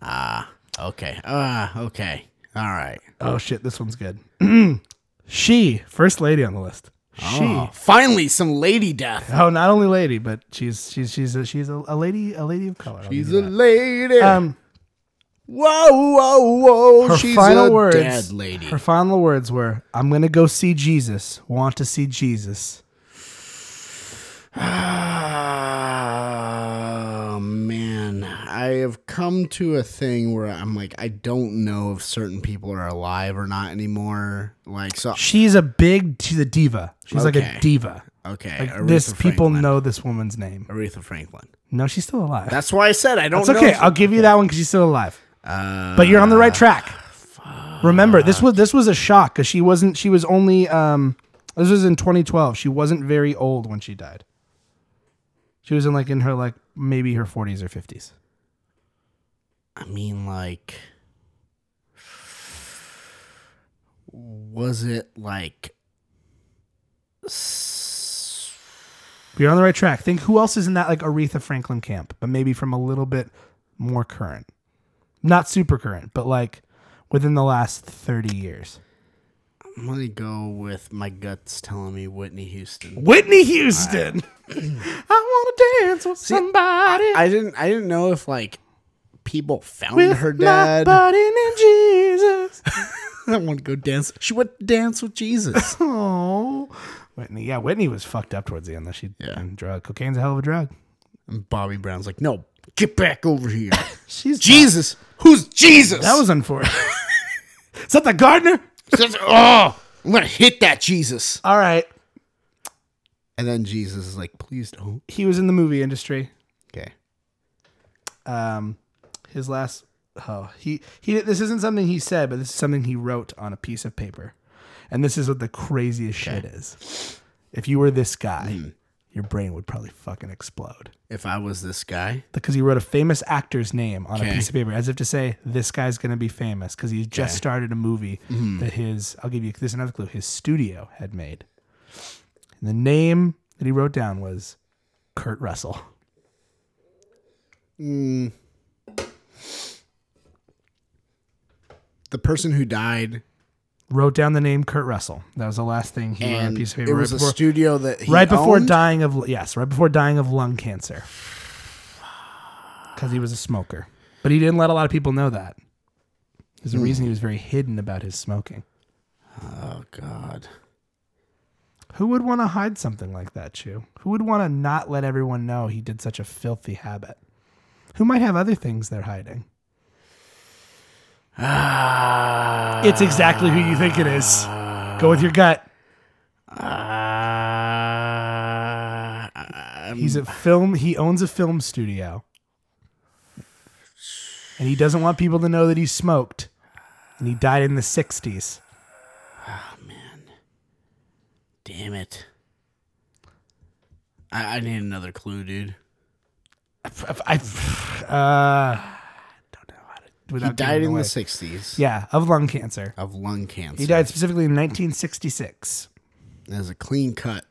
Ah, okay. Ah, okay. All right. Oh shit, this one's good. *clears throat* she, first lady on the list. She. Oh, finally, some lady death. Oh, not only lady, but she's she's she's a, she's a, a lady a lady of color. I'll She's give you a lady. that. um. whoa, whoa, whoa. Her She's final a words. dead lady. *sighs* Her final words were, "I'm gonna go see Jesus. Want to see Jesus." oh man, I have come to a thing where I'm like, I don't know if certain people are alive or not anymore. Like, so She's a big. She's a diva. She's like Okay. a diva. okay, Like Aretha this, people Franklin. know this woman's name. Aretha Franklin. No, she's still alive. That's why I said I don't. That's okay. Know. I'll give you that one because she's still alive. but you're on the right track. Remember, this was this was a shock because she wasn't. She was only. Um, this was in 2012. She wasn't very old when she died. She was in like in her like maybe her 40s or 50s. I mean, like, was it like? s- You're on the right track. Think who else is in that like Aretha Franklin camp, but maybe from a little bit more current, not super current, but like within the last 30 years. I'm gonna go with my guts telling me Whitney Houston. Whitney Houston. I *clears throat* want to dance with somebody. I didn't. I didn't know if like people found with her my dad. body named *laughs* Jesus. *laughs* I want to go dance. She went to dance *laughs* with Jesus. Oh, Whitney. Yeah, Whitney was fucked up towards the end. Though she Yeah. and drug cocaine's a hell of a drug. and Bobby Brown's like, no, get back over here. She's Jesus, who's Jesus? That *laughs* was unfortunate. *laughs* Is that the gardener? oh, I'm gonna hit that Jesus. All right. And then Jesus is like, please don't. He was in the movie industry. Okay. Um, his last. Oh, he he. This isn't something he said, but this is something he wrote on a piece of paper, and this is what the craziest shit is. If you were this guy, your brain would probably fucking explode. If I was this guy, because he wrote a famous actor's name on a Okay. piece of paper, as if to say this guy's going to be famous because he just started a movie Mm-hmm. that his I'll give you this is another clue his studio had made. And the name that he wrote down was Kurt Russell. the person who died, Wrote down the name Kurt Russell. That was the last thing he wrote on a and piece of it paper right was before, a studio that he right before owned? dying of yes, right before dying of lung cancer. Cuz he was a smoker. But he didn't let a lot of people know that. There's Hmm. a reason he was very hidden about his smoking. Oh God. Who would want to hide something like that, Chu? Who would want to not let everyone know he did such a filthy habit? Who might have other things they're *sighs* hiding? Ah. It's exactly who you think it is. Go with your gut. Uh, Ah. He's a film. He owns a film studio, and he doesn't want people to know that he smoked. And he died in the '60s. Damn it. I, I need another clue, dude. I, uh, *sighs* don't know how to. He Without died giving in away. the 60s yeah of lung cancer. of lung cancer. He died specifically in 1966. There's a clean cut.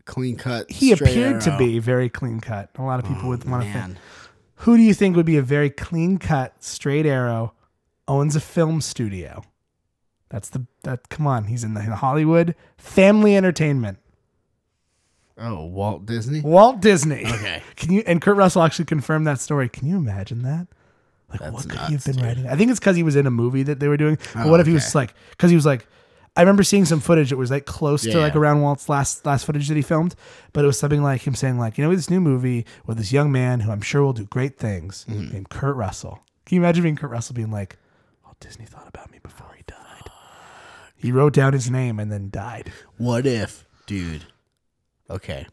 A clean cut. he straight appeared to arrow. Oh, be very clean cut. A lot of people would want to think. Man. Who do you think would be a very clean cut, straight arrow, owns a film studio? That's the that. Come on, he's in the in Hollywood family entertainment. Oh, Walt Disney? Walt Disney. Okay. *laughs* Can you and Kurt Russell actually confirmed that story? Can you imagine that? Like, what could he have nuts, Oh, been writing? I think it's because he was in a movie that they were doing. But what if he was okay. like, because he was like, I remember seeing some footage that was like close to Yeah, like yeah. around Walt's last last footage that he filmed, but it was something like him saying like, you know, we have this new movie with this young man who I'm sure will do great things Hmm. named Kurt Russell. Can you imagine being Kurt Russell being like, Walt Disney thought about me before he died. He wrote down his name and then died. What if, dude? Okay.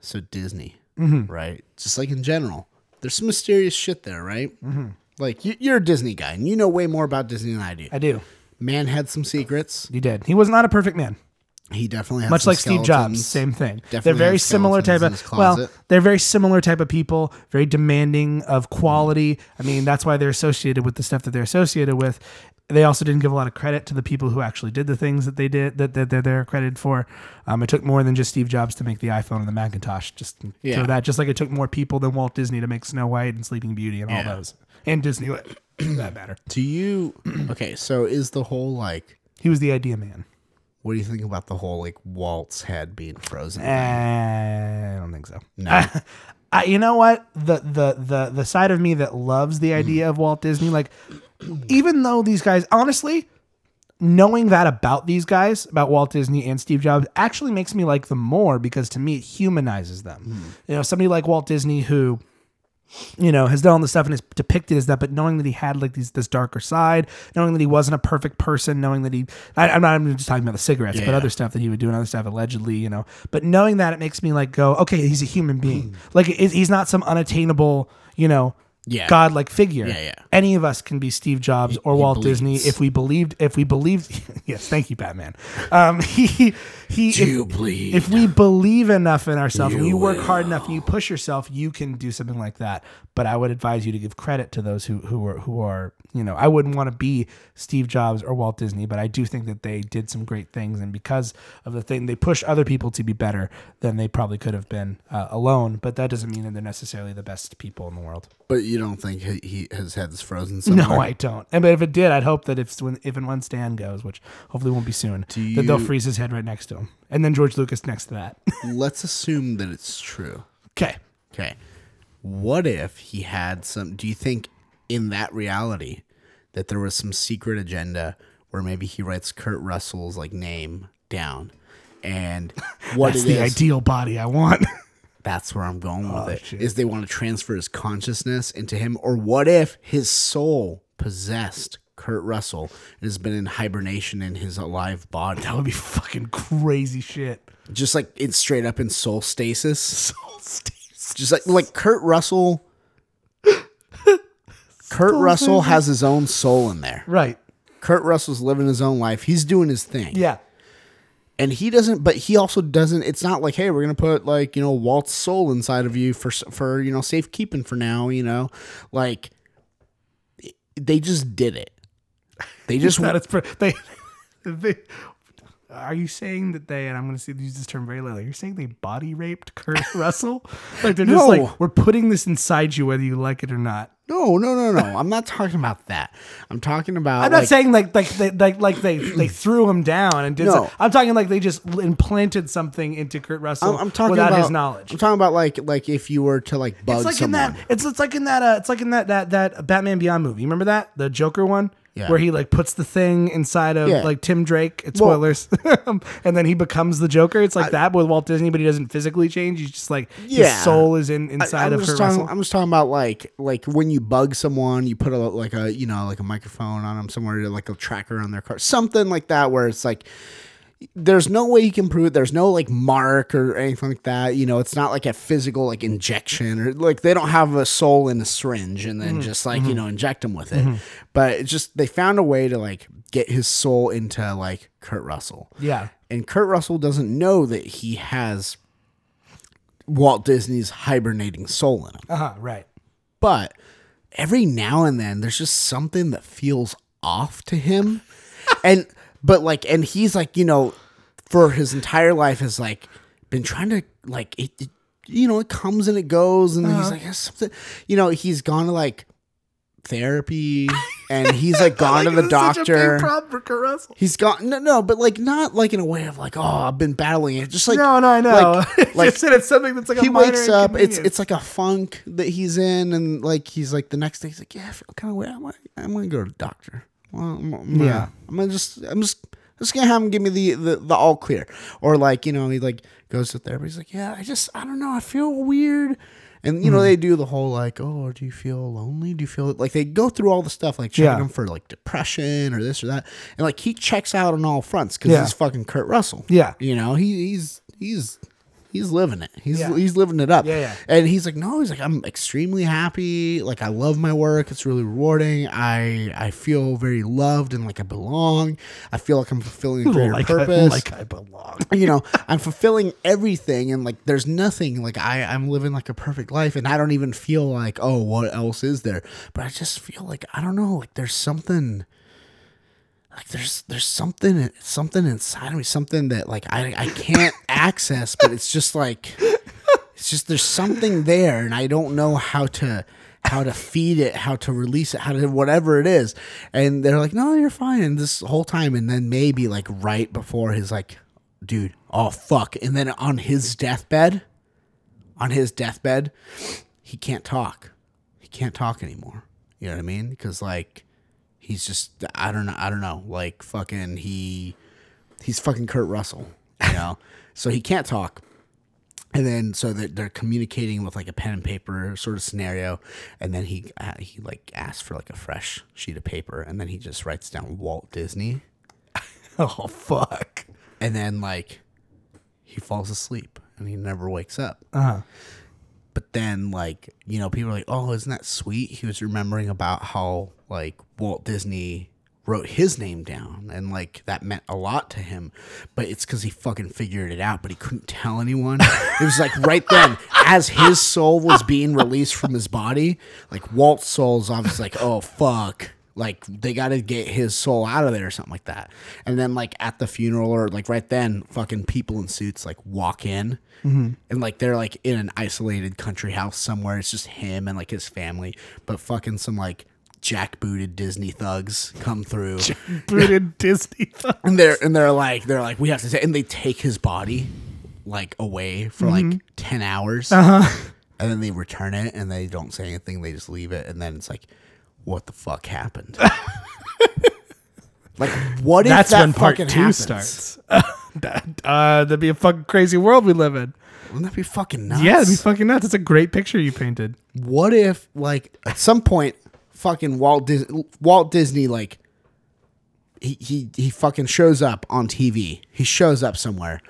So Disney, Mm-hmm. right? Just like in general, there's some mysterious shit there, right? Mm-hmm. Like you, you're a Disney guy, and you know way more about Disney than I do. I do. Man had some secrets. He did. He was not a perfect man. He definitely had much some like Steve Jobs, skeletons. same thing. Definitely they're very has similar type skeletons in his of well, closet. they're very similar type of people, very demanding of quality. I mean, that's why they're associated with the stuff that they're associated with. They also didn't give a lot of credit to the people who actually did the things that they did that, that, that they're credited for. Um, it took more than just Steve Jobs to make the iPhone and the Macintosh. Just Yeah. throw that. Just like it took more people than Walt Disney to make Snow White and Sleeping Beauty and all those and *clears throat* Disneyland. that matter. Do you? *clears throat* Okay, so is the whole like? He was the idea man. What do you think about the whole like Walt's head being frozen? I don't think so. No. *laughs* I, you know what the the the the side of me that loves the idea of Walt Disney, like even though these guys, honestly, knowing that about these guys, about Walt Disney and Steve Jobs, actually makes Hmm. me like them more because to me it humanizes them. You know, somebody like Walt Disney who you know, has done all this stuff and is depicted as that, but knowing that he had like these this darker side, knowing that he wasn't a perfect person, knowing that he I, I'm not I'm just talking about the cigarettes, but Yeah. other stuff that he would do and other stuff allegedly, you know. But knowing that, it makes me like go, okay, he's a human Hmm. being. like it, he's not some unattainable, you know, Yeah. godlike figure. Yeah, yeah. Any of us can be Steve Jobs or he Walt Disney bleeds. if we believed. If we believed, *laughs* yes, thank you, Batman. Um, *laughs* he he. if- You bleed. if we believe enough in ourselves and you work hard enough and you push yourself, you can do something like that. But I would advise you to give credit to those who who are who are you know I wouldn't want to be Steve Jobs or Walt Disney, but I do think that they did some great things, and because of the thing, they push other people to be better than they probably could have been uh, alone. But that doesn't mean that they're necessarily the best people in the world. but you don't think he, he his head's frozen somewhere? No, I don't. And but if it did, I'd hope that if when if and when Stan goes, which hopefully won't be soon, that they'll you- freeze his head right next to him, and then George Lucas next to that. *laughs* Let's assume that it's true. okay. Okay. What if he had some do you think in that reality that there was some secret agenda where maybe he writes Kurt Russell's like name down and *laughs* what That's it the is- ideal body I want. *laughs* that's where I'm going with it. Is shit. they want to transfer his consciousness into him or what if his soul possessed Kurt Russell and has been in hibernation in his alive body that would be fucking crazy *laughs* shit. just like it's straight up in soul *laughs* stasis. Soul stasis. Just like like Kurt Russell. Kurt Russell has his own soul in there. Right. Kurt Russell's living his own life. He's doing his thing. Yeah. And he doesn't, but he also doesn't. It's not like, hey, we're gonna put like you know Walt's soul inside of you for s- for you know safekeeping for now. You know, like they just did it. *laughs* They just That is pre- they, they are you saying that they and I'm going to use this term very lightly. You're saying they body raped Kurt *laughs* Russell? Like they're just No. like we're putting this inside you whether you like it or not. no, no, no, no. I'm not talking about that. I'm talking about. I'm not like, saying like like they, like like *clears throat* they they threw him down and did. No. some- I'm talking like they just implanted something into Kurt Russell I'm, I'm talking without about his knowledge. I'm talking about like like if you were to like bug It's like someone. in that. It's it's like in that. Uh, it's like in that that that Batman Beyond movie. You remember that the Joker one, Yeah. where he like puts the thing inside of Yeah. like Tim Drake. It's Well- spoilers, *laughs* and then he becomes the Joker. It's like that with Walt Disney, but he doesn't physically change. He's just like Yeah. his soul is in inside I'm of Kurt just, talking, Russell. I'm just talking about like like when you bug someone, you put a like a you know like a microphone on them somewhere, like a tracker on their car, something like that, where it's like there's no way you can prove it. There's no like mark or anything like that. You know, it's not like a physical like injection or like they don't have a soul in a syringe and Mm-hmm. then just like you know inject him with it. But it's just they found a way to like get his soul into like Kurt Russell. yeah, and Kurt Russell doesn't know that he has Walt Disney's hibernating soul in him. uh huh, right. But every now and then there's just something that feels off to him. and but like and he's like, you know, for his entire life has like been trying to like it, it- you know, it comes and it goes and he's like "There's something you know, he's gone to like therapy and he's like gone to the doctor. problem for Kurt Russell. He's gone. No, no, but like not like in a way of like, oh, I've been battling it. Just like no, no, I know. *laughs* like- Like, like, just that it's something that's like a he minor wakes up. It's inconvenience. it's like a funk that he's in, and like he's like the next day. He's like, yeah, I feel kind of weird. I'm gonna, I'm gonna go to the doctor. Well, I'm, I'm gonna- Yeah. I'm gonna just I'm just just gonna have him give me the, the the all clear. Or like you know he like goes to therapy. He's like, yeah, I just I don't know. I feel weird. And Hmm. you know they do the whole like, oh, do you feel lonely? Do you feel like they go through all the stuff like checking Yeah. him for like depression or this or that, and like he checks out on all fronts because Yeah. he's fucking Kurt Russell. Yeah. you know he, he's he's he's living it. He's Yeah. he's living it up. Yeah, yeah. And he's like, no, he's like, I'm extremely happy. Like, I love my work. It's really rewarding. I I feel very loved and like I belong. I feel like I'm fulfilling a greater like I, purpose. like I belong. *laughs* you know, I'm fulfilling everything, and like, there's nothing like I I'm living like a perfect life, and I don't even feel like oh, what else is there? But I just feel like I don't know, like there's something. Like there's there's something something inside of me something that like I, I can't *laughs* access but it's just like it's just there's something there, and I don't know how to how to feed it, how to release it, how to whatever it is. And they're like, "No, you're fine." And this whole time, and then maybe like right before his like, dude, oh fuck, and then on his deathbed, on his deathbed, he can't talk. He can't talk anymore. You know what I mean? Because like, he's just I don't know I don't know like fucking *laughs* he, he's fucking Kurt Russell. You know, so he can't talk and then so they're, they're communicating with like a pen and paper sort of scenario and then he uh, he like asks for like a fresh sheet of paper and then he just writes down walt disney *laughs* Oh fuck. and then like he falls asleep and he never wakes up Uh-huh. but then like you know people are like oh isn't that sweet he was remembering about how like walt disney wrote his name down and like that meant a lot to him but it's because he fucking figured it out but he couldn't tell anyone it was like right then as his soul was being released from his body like walt's soul's obviously like oh fuck like they got to get his soul out of there or something like that. And then like at the funeral or like right then, fucking people in suits like walk in and like they're like in an isolated country house somewhere. It's just him and like his family, but fucking some like jackbooted Disney thugs come through Booted Disney. *laughs* and they're and they're like they're like we have to say and they take his body like away for Mm-hmm. like 10 hours Uh-huh. and then they return it and they don't say anything they just leave it and then it's like what the fuck happened *laughs* like what if That's that when part two fucking happens? starts. *laughs* that, uh, that'd be a fucking crazy world we live in. wouldn't that be fucking nuts Yeah, that'd be fucking nuts. It's a great picture you painted. what if like at some point fucking Walt Dis- Walt Disney like he, he he fucking shows up on TV. He shows up somewhere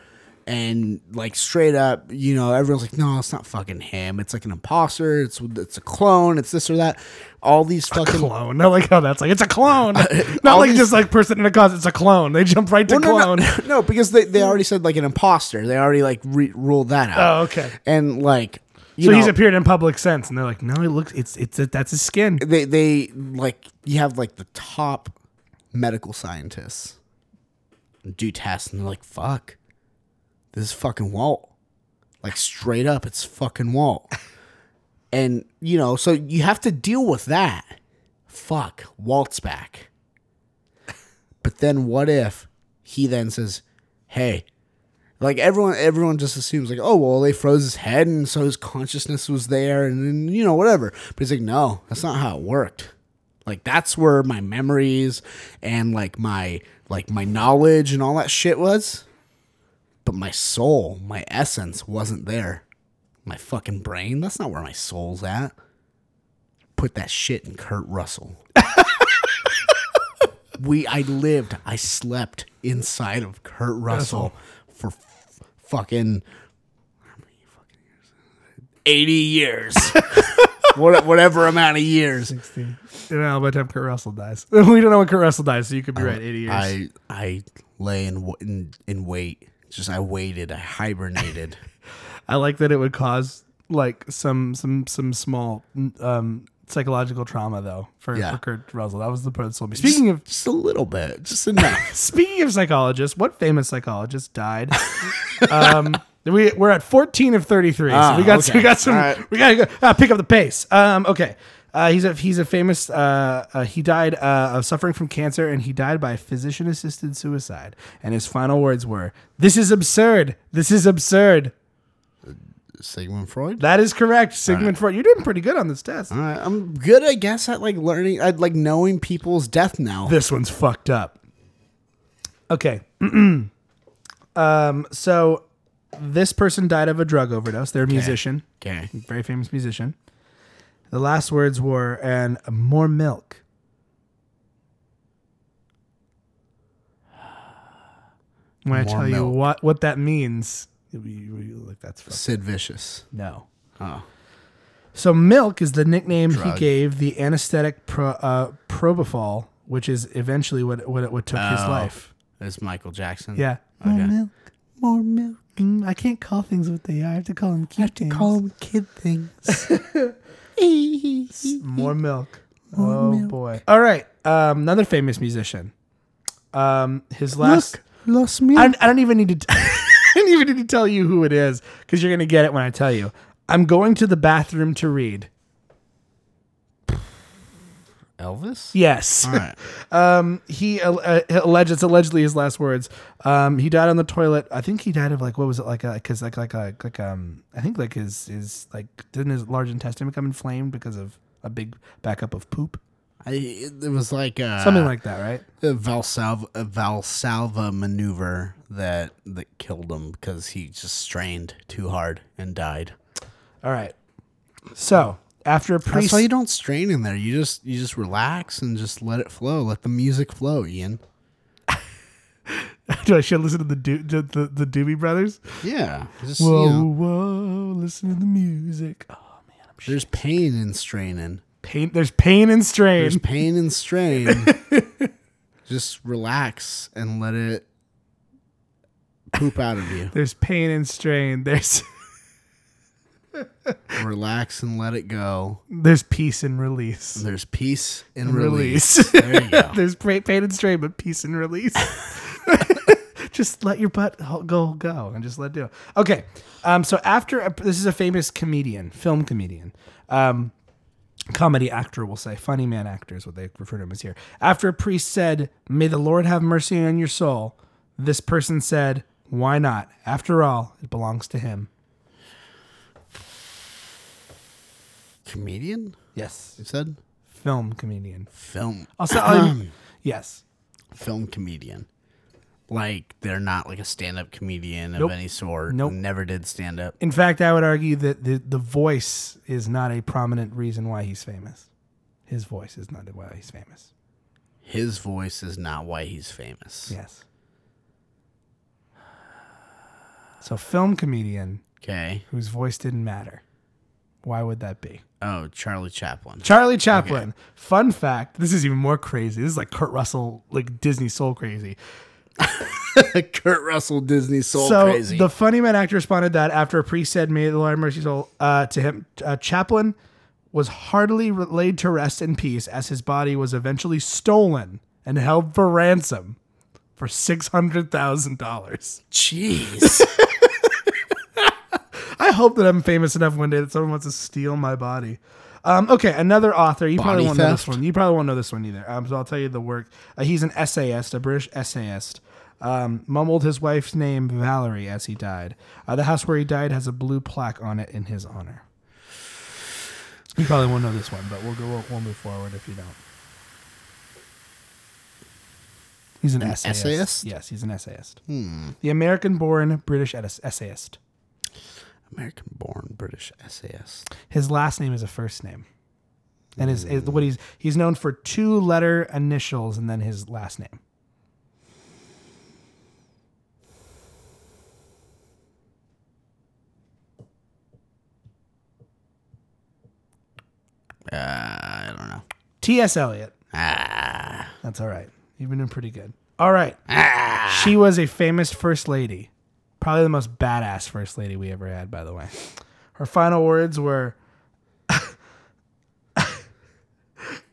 and like straight up, you know, everyone's like no, it's not fucking him. It's like an imposter. It's it's a clone. It's this or that. All these fucking Clone. I like how that's like it's a *laughs* clone. Not Uh, all like these- just like person in a closet. It's a clone. They jump right to Well, clone. Oh, *laughs* No, no, no, because they, they already said like an imposter. They already like re- ruled that out. Oh, okay. And like you So know, he's appeared in public sense, and they're like, no, it looks it's it's that's his skin. they they like you have like the top medical scientists do tests and they're like fuck this is fucking Walt like straight up it's fucking Walt *laughs* and you know so you have to deal with that fuck Walt's back *laughs* but then what if he then says hey like everyone everyone just assumes like oh well they froze his head and so his consciousness was there and, then you know whatever but he's like no that's not how it worked like that's where my memories and like my like my knowledge and all that shit was but my soul my essence wasn't there my fucking brain that's not where my soul's at put that shit in kurt russell we I lived, I slept inside of Kurt Russell for f- fucking how many fucking years? *laughs* Eighty years, what, whatever amount of years. You know, by the time Kurt Russell dies, *laughs* we don't know when Kurt Russell dies, so you could be right. Eighty years. I I lay in, wa- in in wait. Just I waited. I hibernated. I like that it would cause like some some some small um, psychological trauma though for, Yeah. for Kurt Russell. That was the part that sold me. *laughs* Speaking of just a little bit, just *laughs* enough. speaking of psychologists, what famous psychologist *laughs* died? um, we we're at fourteen of thirty three. Ah, so we got okay. we got some. All right. We gotta go, uh, pick up the pace. Um, okay. Uh, he's a he's a famous. Uh, uh, he died uh, of suffering from cancer, and he died by physician assisted suicide. And his final words were, "This is absurd. This is absurd." Sigmund Freud. That is correct, Sigmund Freud. You're doing pretty good on this test. All right, I'm good, I guess, at like learning, at like knowing people's death now. This one's fucked up. Okay. *clears throat* um. So, this person died of a drug overdose. They're a musician, okay. very famous musician. The last words were, "And more milk." When I More tell you milk. what what that means, you'll be- you'll be like that's fucked. Sid Vicious. No. Oh. So milk is the nickname Drug. he gave the anesthetic pro, uh, propofol, which is eventually what what, what took his Oh. life. It's Michael Jackson. Yeah. Okay. More milk. More milk. I can't call things what they are. I have to call them cute things. them kid *laughs* things. More milk. oh boy. All right. Um, another famous musician. Um, his last. lost me. I don't, I don't even need to. *laughs* T- I don't even need to tell you who it is because you're gonna get it when I tell you. I'm going to the bathroom to read. Elvis? Yes. All right. he uh, uh, alleged it's allegedly his last words. Um, he died on the toilet. I think he died of like what was it like a because like like a like um I think like his his like didn't his large intestine become inflamed because of a big backup of poop I, it was like uh Ah. something like that right? the Valsalva, Valsalva maneuver that that killed him because he just strained too hard and died. All right. So after a pre That's why you don't strain in there. You just you just relax and just let it flow. Let the music flow, Ian. *laughs* do I should listen to the do- the, the the Doobie Brothers? Yeah. Just, Whoa, you know, whoa! Listen to the music. Oh man, I'm there's pain in straining. pain. There's pain and strain. There's pain and *laughs* strain. just relax and let it poop out of *laughs* you. there's pain and strain. There's *laughs* Relax and let it go. there's peace and release. There's peace and Release. *laughs* release. There you go. there's pa- pain and strain, but peace and release. *laughs* just let your butt ho- go go and just let it do. it. Okay. Um. So after a, this is a famous comedian, film comedian. Um. Comedy actor, we'll say. Funny man actor is what they refer to him as here. After a priest said, May the Lord have mercy on your soul, this person said, Why not? After all, it belongs to him. Comedian? Yes. You said Film comedian. film. Also, I- yes. film comedian. Like they're not like a stand up comedian of Nope. any sort. Nope. Never did stand up. In fact, I would argue that the, the voice is not a prominent reason why he's famous. His voice is not why he's famous. His voice is not why he's famous. Yes. So, film comedian Okay. whose voice didn't matter. Why would that be? Oh, Charlie Chaplin. Charlie Chaplin. Fun fact: This is even more crazy. This is like Kurt Russell, like Disney soul crazy. *laughs* Kurt Russell Disney soul so crazy. the funny man actor responded that after a priest said, "May the Lord have mercy soul," uh, to him, uh, Chaplin was hardly re- laid to rest in peace as his body was eventually stolen and held for ransom for six hundred thousand dollars. *laughs* Jeez. I hope that I'm famous enough one day that someone wants to steal my body. Um, okay, another author. You probably Body won't know this theft? one. You probably won't know this one either. Um, so I'll tell you the work. Uh, he's an essayist, a British essayist. Um, mumbled his wife's name Valerie as he died. Uh, the house where he died has a blue plaque on it in his honor. You probably won't know this one, but we'll go. We'll, we'll move forward if you don't. He's an, essayist. essayist? Hmm. Yes, he's an essayist. The American-born British ess- essayist. American born British essayist. His last name is a first name, and his, is Mm. what he's he's known for two letter initials and then his last name. Uh, I don't know. T. S. Eliot. Ah. That's all right. You've been doing pretty good. All right. Ah. She was a famous first lady, probably the most badass first lady we ever had. By the way, her final words were.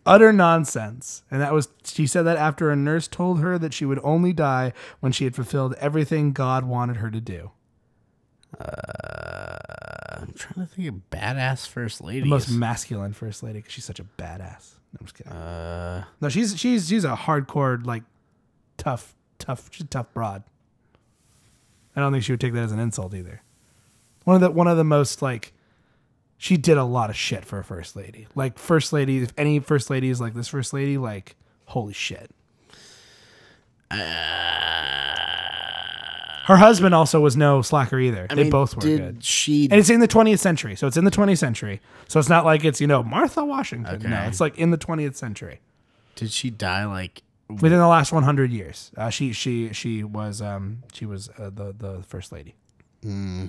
Utter nonsense. And that was, she said that after a nurse told her that she would only die when she had fulfilled everything God wanted her to do. I'm trying to think of badass first the ladies. most masculine first lady because she's such a badass. No, I'm just kidding. uh, no, she's she's she's a hardcore like tough tough she's a tough broad. I don't think she would take that as an insult either. One of the one of the most like she did a lot of shit for a first lady. Like first lady, if any first lady is like this first lady, like holy shit. Uh, Her husband also was no slacker either. I they mean, both were did good. she And it's in the 20th century. So it's in the 20th century. So it's not like it's, you know, Martha Washington. No, Okay. it's like in the 20th century. did she die like Within the last 100 years. Uh, she she she was um she was uh, the the first lady. Hmm.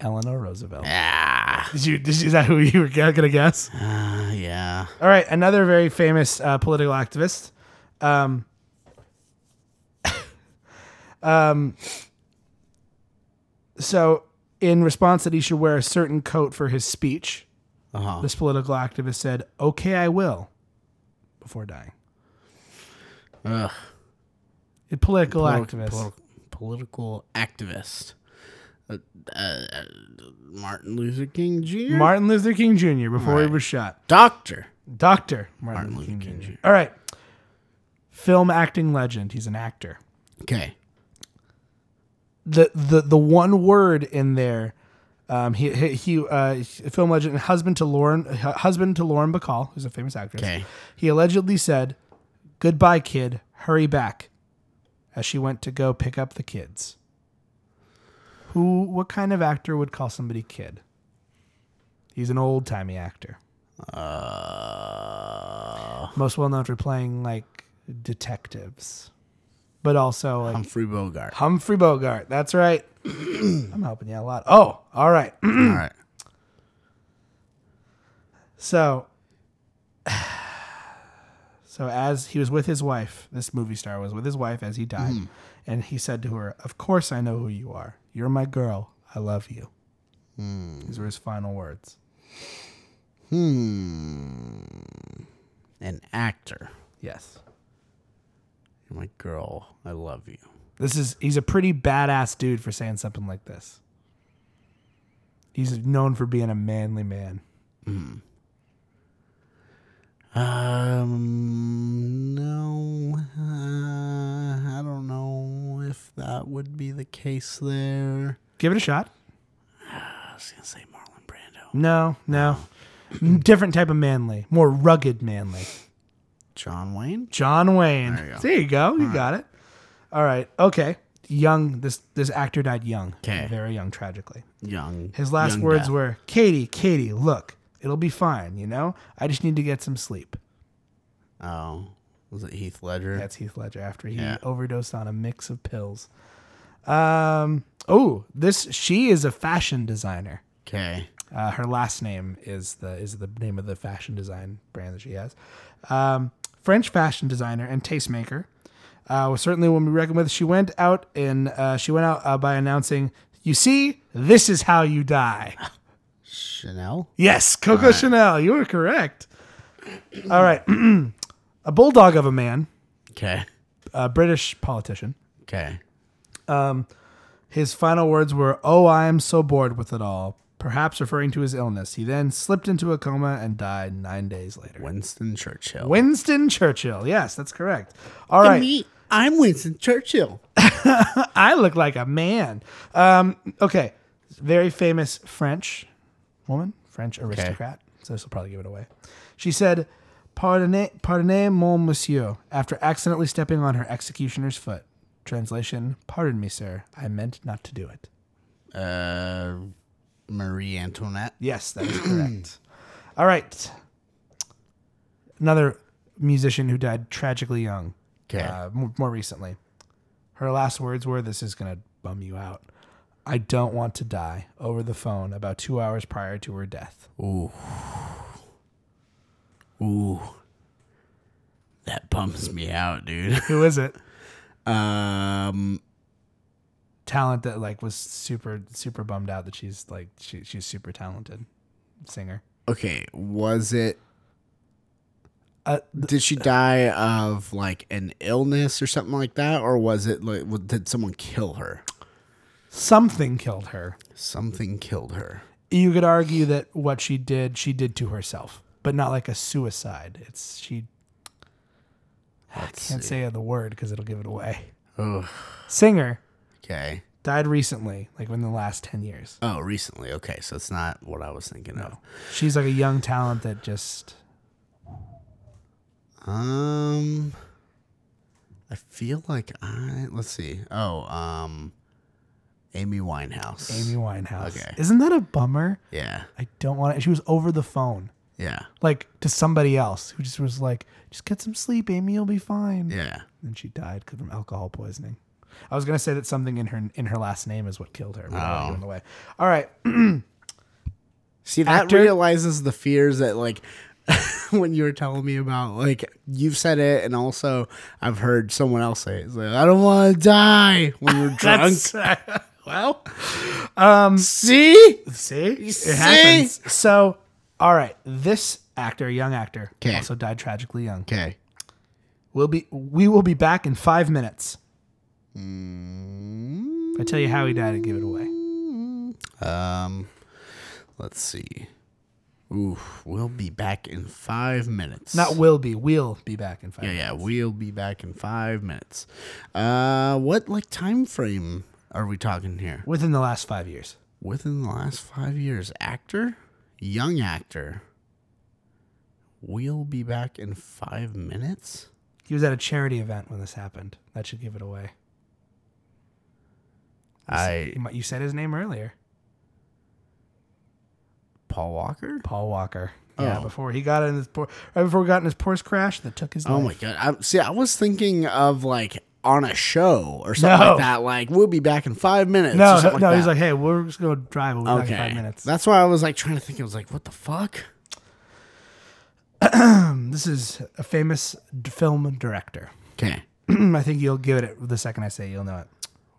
Eleanor Roosevelt. ah Did you, did you, is that who you were going to guess? uh, yeah All right, another very famous uh, political activist. Um, *laughs* um, so, in response that he should wear a certain coat for his speech, uh-huh. this political activist said, "Okay, I will," before dying. Ugh. A political Political- activist. politi- political activist. Uh, uh, uh, Martin Luther King Jr. Martin Luther King Jr. before he Right. was shot. Doctor. Doctor Martin, Luther King, Jr. All right. Film acting legend. He's an actor. Okay. the the the one word in there. Um, he he, he uh, film legend and husband to Lauren hu- husband to Lauren Bacall, who's a famous actress. Okay. He allegedly said, "Goodbye, kid. Hurry back. as she went to go pick up the kids. Who, what kind of actor would call somebody kid? He's an old timey actor. Uh, Most well known for playing like detectives, but also like Humphrey Bogart. *clears throat* Humphrey Bogart. That's right. *clears throat* I'm helping you out a lot. Oh, all right. *clears throat* All right. So, *sighs* so as he was with his wife, this movie star was with his wife as he died, and he said to her, "Of course I know who you are. You're my girl. I love you." These were his final words. Hmm. An actor. Yes, You're my girl. I love you. this is—he's a pretty badass dude for saying something like this. He's known for being a manly man. Um. No. Uh, I don't know if that would be the case there. Give it a shot. I was gonna say Marlon Brando. No, no, different type of manly, more rugged manly. John Wayne. John Wayne. you go. There you go. You got it. All right. Okay. Young. This this actor died young. 'Kay. Very young, tragically. Young. His last young words death. were, "Katie, Katie, look, it'll be fine. You know, I just need to get some sleep." Oh. Was it Heath Ledger? That's Heath Ledger after he Yeah. overdosed on a mix of pills. Um. Oh, this she is a fashion designer. Okay. Uh, her last name is the is the name of the fashion design brand that she has. Um, French fashion designer and tastemaker. Uh, was certainly when we reckon with, she went out and uh, she went out uh, by announcing, "You see, this is how you die." *laughs* Chanel. Yes, Coco Chanel, you were correct. All right, *clears throat* a bulldog of a man, Okay. a British politician. Okay. His final words were, Oh, I am so bored with it all, perhaps referring to his illness. He then slipped into a coma and died nine days later. Winston Churchill. Winston Churchill. Yes, that's correct. All right. Me. I'm Winston Churchill. I look like a man. Um, okay. Very famous French woman, French aristocrat. So this will probably give it away. She said, Pardonnez, pardonnez mon monsieur, after accidentally stepping on her executioner's foot. Translation, pardon me, sir. I meant not to do it. Uh, Marie Antoinette. Yes, that is correct. *clears throat* All right. Another musician who died tragically young. Okay. Uh, more, more recently. Her last words were This is going to bum you out. I don't want to die over the phone about two hours prior to her death. Ooh. That bums me out, dude. *laughs* Who is it? Um, Talent that like was super super bummed out that she's like she, she's super talented singer. okay, was it Uh, did she die of like an illness or something like that or was it like w- did someone kill her? Something killed her. Something killed her. you could argue that what she did, she did to herself, but not like a suicide. It's she. I can't say the word because it'll give it away. Ugh. Singer Okay. died recently, like within the last ten years. Oh, recently. Okay, so it's not what I was thinking She's like a young talent that just of. Um I feel like I let's see. Oh, um Amy Winehouse. Amy Winehouse. Okay. Isn't that a bummer? Yeah. I don't want it. She was over the phone, Yeah. like to somebody else who just was like, "Just get some sleep, Amy. You'll be fine." Yeah. And she died 'cause- from alcohol poisoning. I was gonna say that something in her in her last name is what killed her. but I Oh. went the way. All right. See, that Actor- realizes the fears that, like, *laughs* when you were telling me about, like, you've said it, and also I've heard someone else say it. It's like, I don't want to die *laughs* when you're drunk. *laughs* That's- well, See? see, it see? happens. So, all right, this actor, young actor, 'Kay. also died tragically young. Okay. We'll be we will be back in five minutes. If I tell you how he died, I give it away. Um, let's see. Ooh, we'll be back in five minutes. Not will be, we'll be back in five. yeah, yeah, we'll be back in five minutes. Uh, what like time frame are we talking here? Within the last five years, within the last five years, actor, young actor. We'll be back in five minutes. he was at a charity event when this happened. That should give it away. I You might- You said his name earlier. Paul Walker. Paul Walker. Yeah, Oh. before he got in his por- right before we got in his Porsche crash that took his Oh life. my god! I, see, I was thinking of like on a show or something No. like that. Like we'll be back in five minutes. or No, no, something no, he's that. like, hey, we're just gonna drive. We'll be back in five minutes. That's why I was like trying to think. I was like, what the fuck? This is a famous d- film director. *clears throat* Okay. I think you'll give it the second I say it, you'll know it.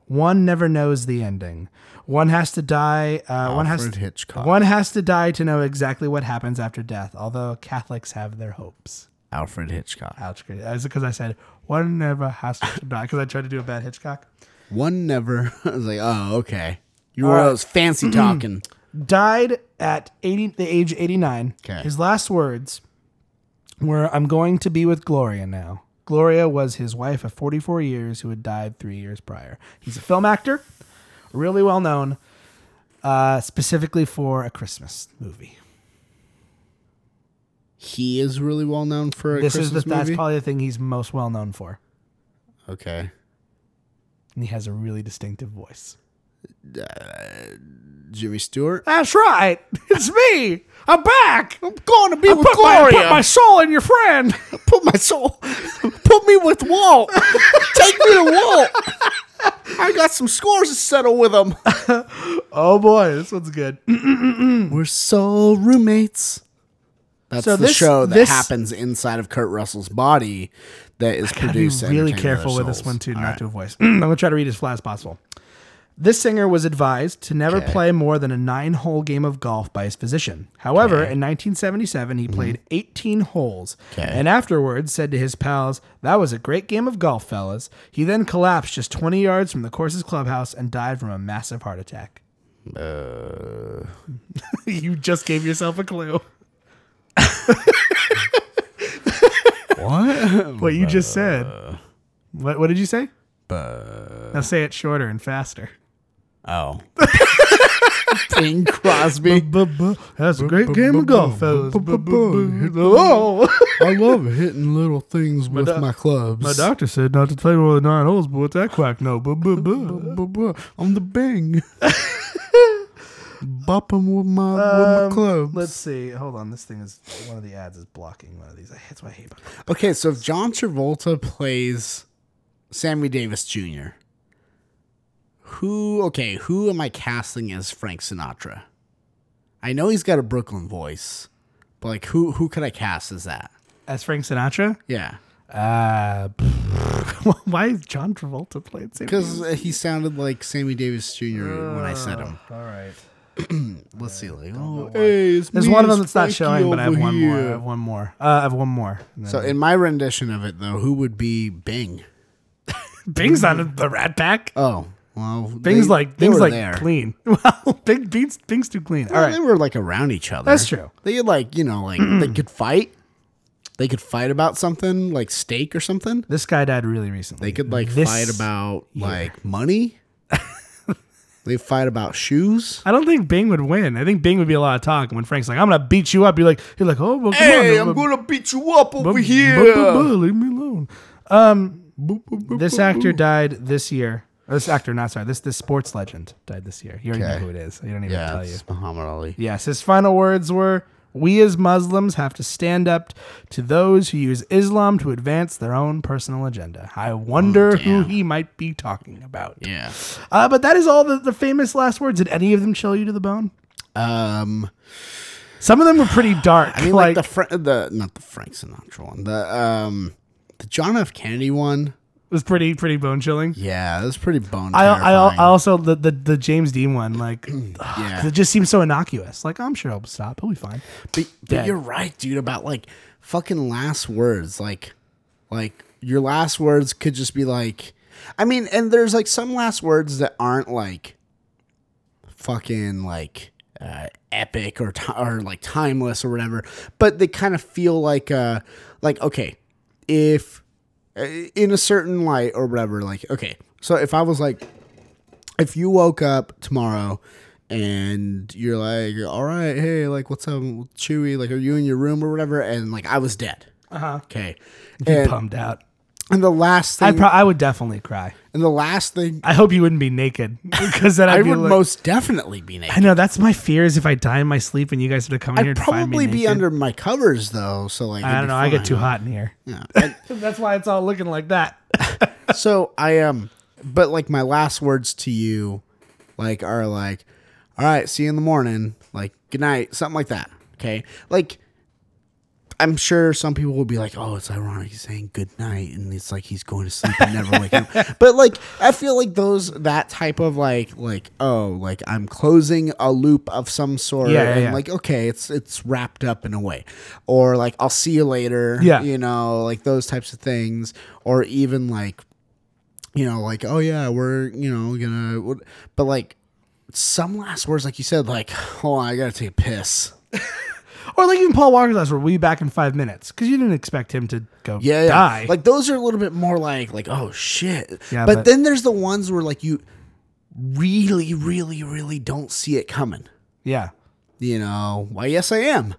One never knows the ending. One has to die. Uh, one has Alfred Hitchcock. One has to die to know exactly what happens after death. Although Catholics have their hopes. Alfred Hitchcock. Ouch! Is because I said one never has to *laughs* die? Because I tried to do a bad Hitchcock. One never. *laughs* I was like, oh, okay. You were one of those *clears throat* fancy talking. died at 80 the age 89 Okay. his last words were i'm going to be with gloria now gloria was his wife of 44 years who had died three years prior he's a film actor really well known uh, specifically for a christmas movie He is really well known for a this Christmas is the, that's movie. probably the thing he's most well known for okay. and he has a really distinctive voice Jimmy Stewart. that's right *laughs* it's me i'm back I'm going to be with put my, Gloria. put my soul in your *laughs* friend put my soul. Put me with Walt. *laughs* Take me to Walt. I got some scores to settle with him. oh boy this one's good *laughs* We're soul roommates. That's So the this- show that this- happens inside of Kurt Russell's body that is Gotta be produced. to really entertain other careful with this souls. one too, All not right. to a voice. *clears throat* I'm gonna try to read as flat as possible. This singer was advised to never Okay. play more than a nine-hole game of golf by his physician. However, in 1977, he played 18 holes, Mm-hmm. Okay. and afterwards said to his pals, "That was a great game of golf, fellas." He then collapsed just 20 yards from the course's clubhouse and died from a massive heart attack. Uh. *laughs* you just gave yourself a clue. What? Uh. What you just said. What, what did you say? Now say it shorter and faster. *laughs* Oh. Bing Crosby. That's a great game of golf, fellas. I love hitting little things with doc- *laughs* my clubs. doctor said not to play more than nine holes, but what's that quack? No. I'm *laughs* the bang. Bop him with my, with my clubs. Um, Let's see. Hold on. This thing is one of the ads is blocking one of these. I- That's why I hate. about- Okay, so if John Travolta plays Sammy Davis Jr., who, okay, who am I casting as Frank Sinatra? I know he's got a Brooklyn voice, but like, who, who could I cast as that? As Frank Sinatra. Yeah. Uh, *laughs* why is John Travolta playing? Sammy Because uh, he sounded like Sammy Davis Jr. when I said him. Davis? All right. Uh, Let's see. Like, oh, hey, it's There's me, one of it's them that's not Frankie showing, but I have over one more. I here. have one more. Uh, I have one more. And then- So, in my rendition of it, though, who would be Bing? Bing's on the Rat Pack. Oh, well, Uh, Bing's they- like they Bing's were like there. clean. *laughs* Well, Bing Bing's, Bing's too clean. All Well, right. They were like around each other. That's true. They like, you know, like they *clears throat* could fight. They could fight about something, like steak or something. This guy died really recently. They could like This- fight about *laughs* like money. they fight about shoes. I don't think Bing would win. I think Bing would be a lot of talk. And when Frank's like, "I'm gonna beat you up," you're like, "You're like, oh, well, come on, bu- gonna beat you up bu- over bu- bu- bu- leave me alone." Um, this actor died this year. Or This actor, not sorry. This this sports legend died this year. You already know Okay. who it is. You don't even Yeah, tell you. it's Muhammad Ali. Yes, his final words were We as Muslims have to stand up to those who use Islam to advance their own personal agenda. I wonder who he might be talking about. Oh, Yeah. Uh, but that is all the, the famous last words. Did any of them chill you to the bone? Um, Some of them were pretty dark. I mean, like, like, the Fra- the not the Frank Sinatra one, the um, the John F. Kennedy one. was pretty pretty bone chilling. Yeah, that was pretty bone. I, I, terrifying. I also the, the the James Dean one like *clears throat* *clears throat* yeah. it just seems so innocuous. Like I'm sure he'll stop. He'll be fine. But, Dead. but you're right, dude, about like fucking last words. Like, like your last words could just be like, I mean, and there's like some last words that aren't like fucking like uh, epic or ti or like timeless or whatever, but they kind of feel like uh like okay, if uh, in a certain light or whatever, like okay, so if I was like if you woke up tomorrow and you're like, all right, hey, like, what's up, Chewy? Like, are you in your room or whatever? And like, I was dead. Uh huh. Okay. Be And bummed out. And the last Uh-huh. I thing, pro- I would definitely cry. and the last thing, I hope you wouldn't be naked *laughs* because then I'd I be would like, most definitely be I naked. know that's my fear is if I die in my sleep and you guys are to come in here I'd and find me probably be naked. under my covers though, so like I don't it'd be know. I get fine. too hot in here. *laughs* Yeah. And That's why it's all looking like that. *laughs* so I um, but like my last words to you, like are like, all right, see you in the morning, like good night, something like that. Okay, like I'm sure some people will be like, oh, it's ironic he's saying good night, and it's like he's going to sleep and never waking *laughs* up. But like I feel like those that type of like like oh like I'm closing a loop of some sort, Yeah, yeah, and yeah. like okay, it's it's wrapped up in a way, or like I'll see you later, Yeah. you know, like those types of things, or even like you know, like, oh yeah, we're, you know, gonna, what- but like some last words, like you said, like, *sighs* hold on, I gotta take a piss. Or like even Paul Walker's last word, we'll be back in five minutes because you didn't expect him to go Yeah, yeah. die. Like those are a little bit more like, like, oh shit. Yeah, but, but- then there's the ones where like you really, really, really don't see it coming. yeah. You know, why, yes, I am.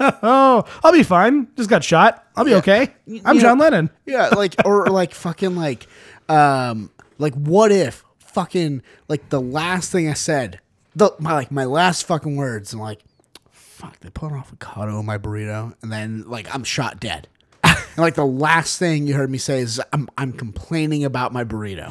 Oh, I'll be fine. Just got shot. I'll be okay. I'm you John know- Lennon. Yeah, like or like fucking like um like what if fucking like the last thing I said, the my like my last fucking words and like fuck they put an avocado in my burrito and then like I'm shot dead. and like the last thing you heard me say is I'm I'm complaining about my burrito.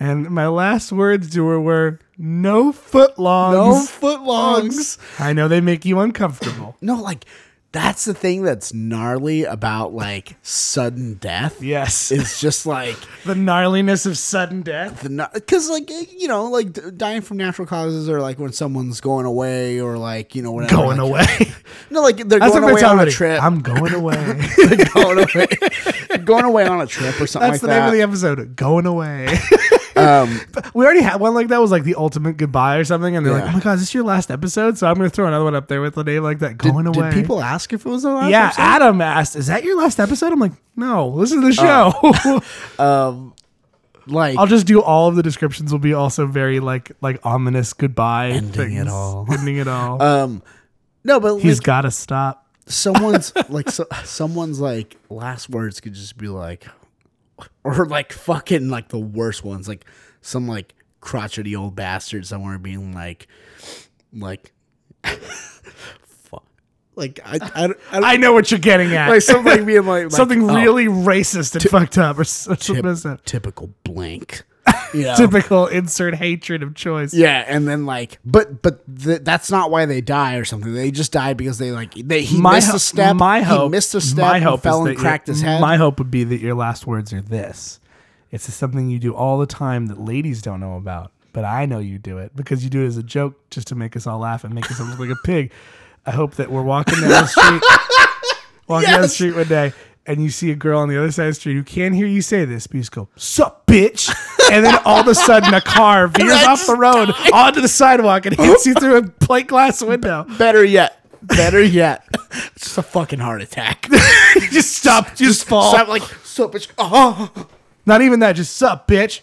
And my last words to her were no footlongs. footlongs. I know they make you uncomfortable. No, like that's the thing that's gnarly about like sudden death. yes. It's just like the gnarliness of sudden death. because like eh, you know like d- dying from natural causes or like when someone's going away or like you know whatever Going like- *laughs* away. no like they're Oh That's going what away we're on talking a trip *laughs* I'm going away. They're going away going away on a trip or something That's like the that name of Um, the episode. Going away. But *laughs* we already had one like that was like the ultimate goodbye or something, and they're like, Yeah. "Oh my god, is this your last episode?" So I'm gonna throw another one up there with a name like that. Going did, away. did people ask if it was the last Yeah, episode? Adam asked, "Is that your last episode?" I'm like, "No, listen to the show." Oh. Um, like *laughs* I'll just do all of the descriptions. Will be also very like like ominous goodbye Ending it things. all. ending it all. um, no but He's like got to stop. someone's like so, someone's like last words could just be like or like fucking like the worst ones like some like crotchety old bastard somewhere being like like *laughs* fuck like I I, don't- I, don't I know what you're getting at. like something like being like, *laughs* like, Something oh, really racist and fucked up, or s- something. typ- like that. typical *laughs* blank you know? Typical insert hatred of choice. yeah and then like but but th- that's not why they die or something they just die because they like they he missed ho- a step My hope. he missed a step My and hope fell is and that cracked your- his head My hope would be that your last words are this. It's just something you do all the time that ladies don't know about, but I know you do it because you do it as a joke, just to make us all laugh and make us look like a pig. I hope that we're walking down the *laughs* street, walking down the Yes. street one day. And you see a girl on the other side of the street who can't hear you say this, but you just go, Sup, bitch. And then all of a sudden, a car *laughs* veers off the road onto the sidewalk and hits you through a plate glass *laughs* window. Better yet. *laughs* Better yet. it's just a fucking heart *laughs* attack. You just stop, just fall. so I'm like, so bitch. Oh, Not even that, just sup, bitch.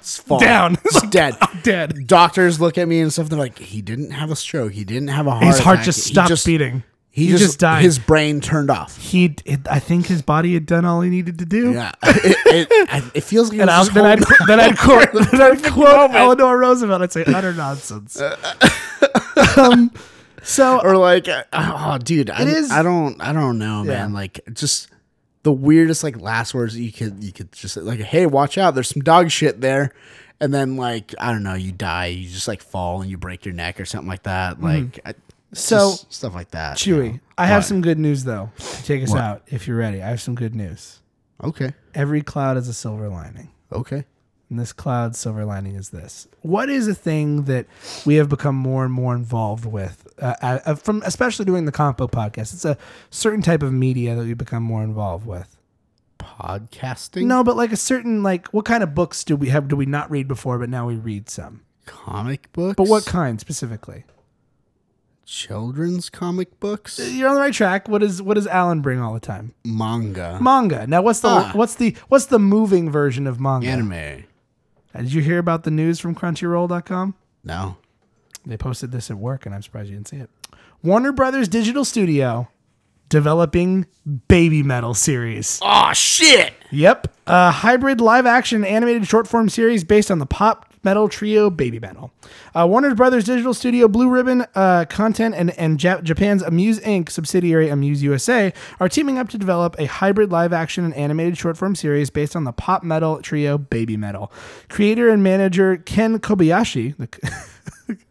just fall. Down. Just dead. I'm dead. Doctors look at me and stuff. They're like, he didn't have a stroke. He didn't have a heart His heart attack. just He stopped beating. He, He just, just died." His brain turned off. He, it, I think his body had done all he needed to do. Yeah. *laughs* it, it, I- it feels like And I, was then, I'd, then *laughs* I'd quote, then I'd quote Eleanor Roosevelt. I'd say utter *laughs* nonsense. um, so or like, uh, oh, dude, I, is- I don't, I don't know, man. Like, just the weirdest like last words you could, you could just like, hey, watch out, there's some dog shit there, and then like, I don't know, you die, you just like fall and you break your neck or something like that, like, I, Mm-hmm. So, just stuff like that. you Chewy, know. I have some good news though to take us out. If you're ready, I have some good news. Okay, Every cloud has a silver lining. okay. And this cloud silver lining is this. What is a thing that we have become more and more involved with, uh, uh, from especially doing the Compo podcast? It's a certain type of media that we become more involved with. Podcasting, No, but like a certain like, what kind of books do we have? Do we not read before, but now we read some? comic books, But what kind specifically? children's comic books, You're on the right track. What is what does Alan bring all the time? manga, Manga. Now, what's the Ah. what's the what's the moving version of manga? anime. Uh, Did you hear about the news from Crunchyroll.com? No, They posted this at work, and I'm surprised you didn't see it. Warner Brothers Digital Studio developing Baby Metal series. Ah, Oh shit! Yep, a hybrid live action animated short form series based on the pop metal trio Baby Metal. Uh, Warner Brothers Digital Studio Blue Ribbon uh, Content and, and Ja- Japan's Amuse Inc. subsidiary Amuse USA are teaming up to develop a hybrid live action and animated short form series based on the pop metal trio Baby Metal. Creator and manager Ken Kobayashi, the *laughs*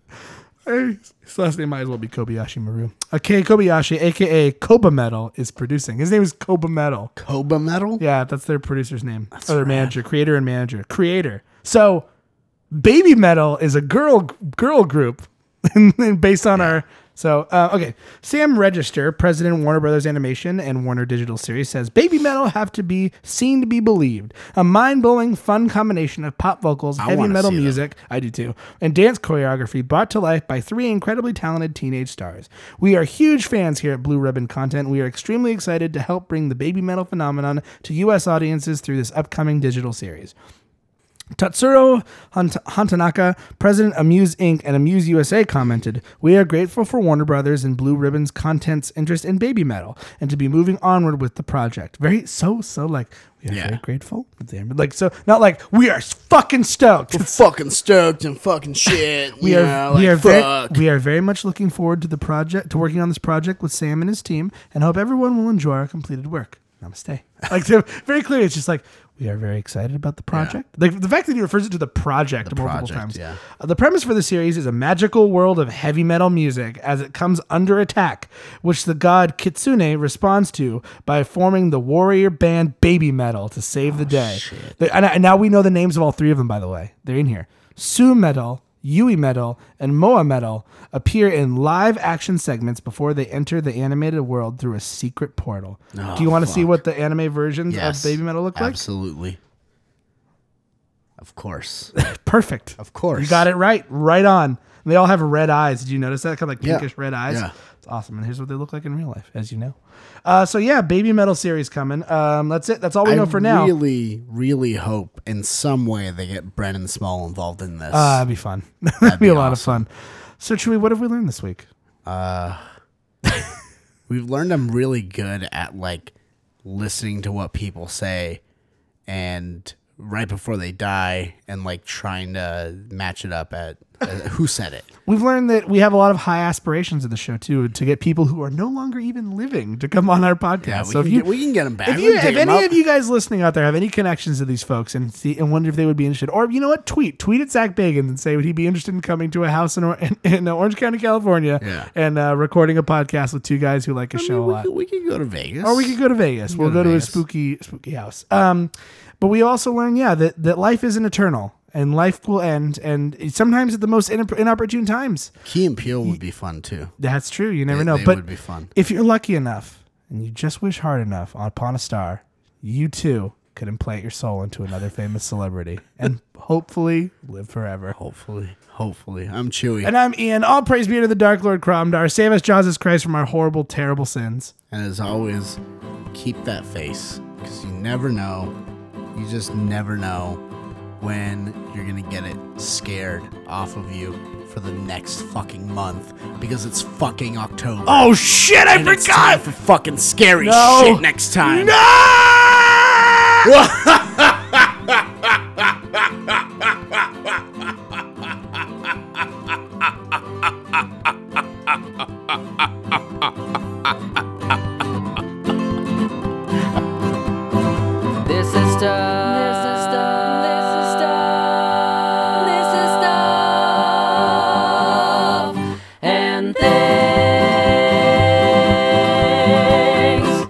Hey, His last name might as well be Kobayashi Maru. Uh, K Kobayashi, aka Koba Metal, is producing. His name is Koba Metal. Koba metal. Yeah, that's their producer's name. or their manager, creator and manager. Creator. So Baby Metal is a girl girl group *laughs* and based on our so uh, okay, Sam Register, president of Warner Brothers Animation and Warner Digital Series, says Baby Metal have to be seen to be believed. A mind-blowing, fun combination of pop vocals, heavy wanna metal see them. music, I do too, and dance choreography brought to life by three incredibly talented teenage stars. We are huge fans here at Blue Ribbon Content. We are extremely excited to help bring the baby metal phenomenon to U.S. audiences through this upcoming digital series. Tatsuro Hant- Hantanaka, president of Amuse Inc. and Amuse USA, commented, We are grateful for Warner Brothers and Blue Ribbon's content's interest in baby metal and to be moving onward with the project. Very, so, so like, we are Yeah. very grateful. at the end. Like, so, not like, we are fucking stoked. Fucking stoked and *laughs* fucking shit. We you are, know, we, like, are very, fuck. we are very much looking forward to the project, to working on this project with Sam and his team, and hope everyone will enjoy our completed work. *laughs* Namaste. Like they're very clear, it's just like we are very excited about the project. Like the fact that he refers it to the project multiple project, times. yeah. Uh, The premise for the series is a magical world of heavy metal music as it comes under attack, which the god Kitsune responds to by forming the warrior band Baby Metal to save the day. They- And, and now we know the names of all three of them, by the way. They're in here. Sue Metal, Yui Metal, and Moa Metal appear in live action segments before they enter the animated world through a secret portal. Do you want to see what the anime versions Yes, of Baby Metal look like? Absolutely. Of *laughs* course. Perfect. Of course. You got it right. Right on. And they all have red eyes. Did you notice that? Kind of like Yeah. pinkish red eyes. Yeah. It's awesome. And here's what they look like in real life, as you know. Uh, so yeah, baby metal series coming. Um, that's it. That's all we know for now. really, really hope in some way they get Brennan Small involved in this. uh, that'd be fun. *laughs* that'd, be, be a lot of fun. So Chewy, what have we learned this week? We've learned I'm really good at like listening to what people say and right before they die and like trying to match it up at at *laughs* who said it. We've learned that we have a lot of high aspirations of the show too, to get people who are no longer even living to come on our podcast. Yeah, we, so if can you get, we can get them back. if, We you, can if dig 'em any up. of you guys listening out there have any connections to these folks and see and wonder if they would be interested, or you know what, tweet tweet at Zach Bagans and say would he be interested in coming to a house in Or- *laughs* in, in uh, Orange County, California, Yeah. and uh, recording a podcast with two guys who like a I mean, show a we, lot, could, we could go to Vegas. or we could go to Vegas. we'll to go to Vegas. a spooky spooky house. Um, but we also learn, yeah, that that life isn't eternal. And life will end, and sometimes at the most inop- inopportune times. Key and Peele would be fun too. That's true. You never They- know. they but would be fun. if you're lucky enough and you just wish hard enough upon a star, you too could implant your soul into another famous celebrity and hopefully live forever. Hopefully, hopefully, I'm chewy, and, And I'm Ian. All praise be to the Dark Lord Cromdar. Save us, Jesus Christ, from our horrible, terrible sins. as always, keep that face because you never know. You just never know when you're gonna get it scared off of you for the next fucking month because it's fucking October. Oh shit! I and it's time for fucking scary No. shit next time. No! This is stuff. This is stuff. This is stuff. This is stuff. And things.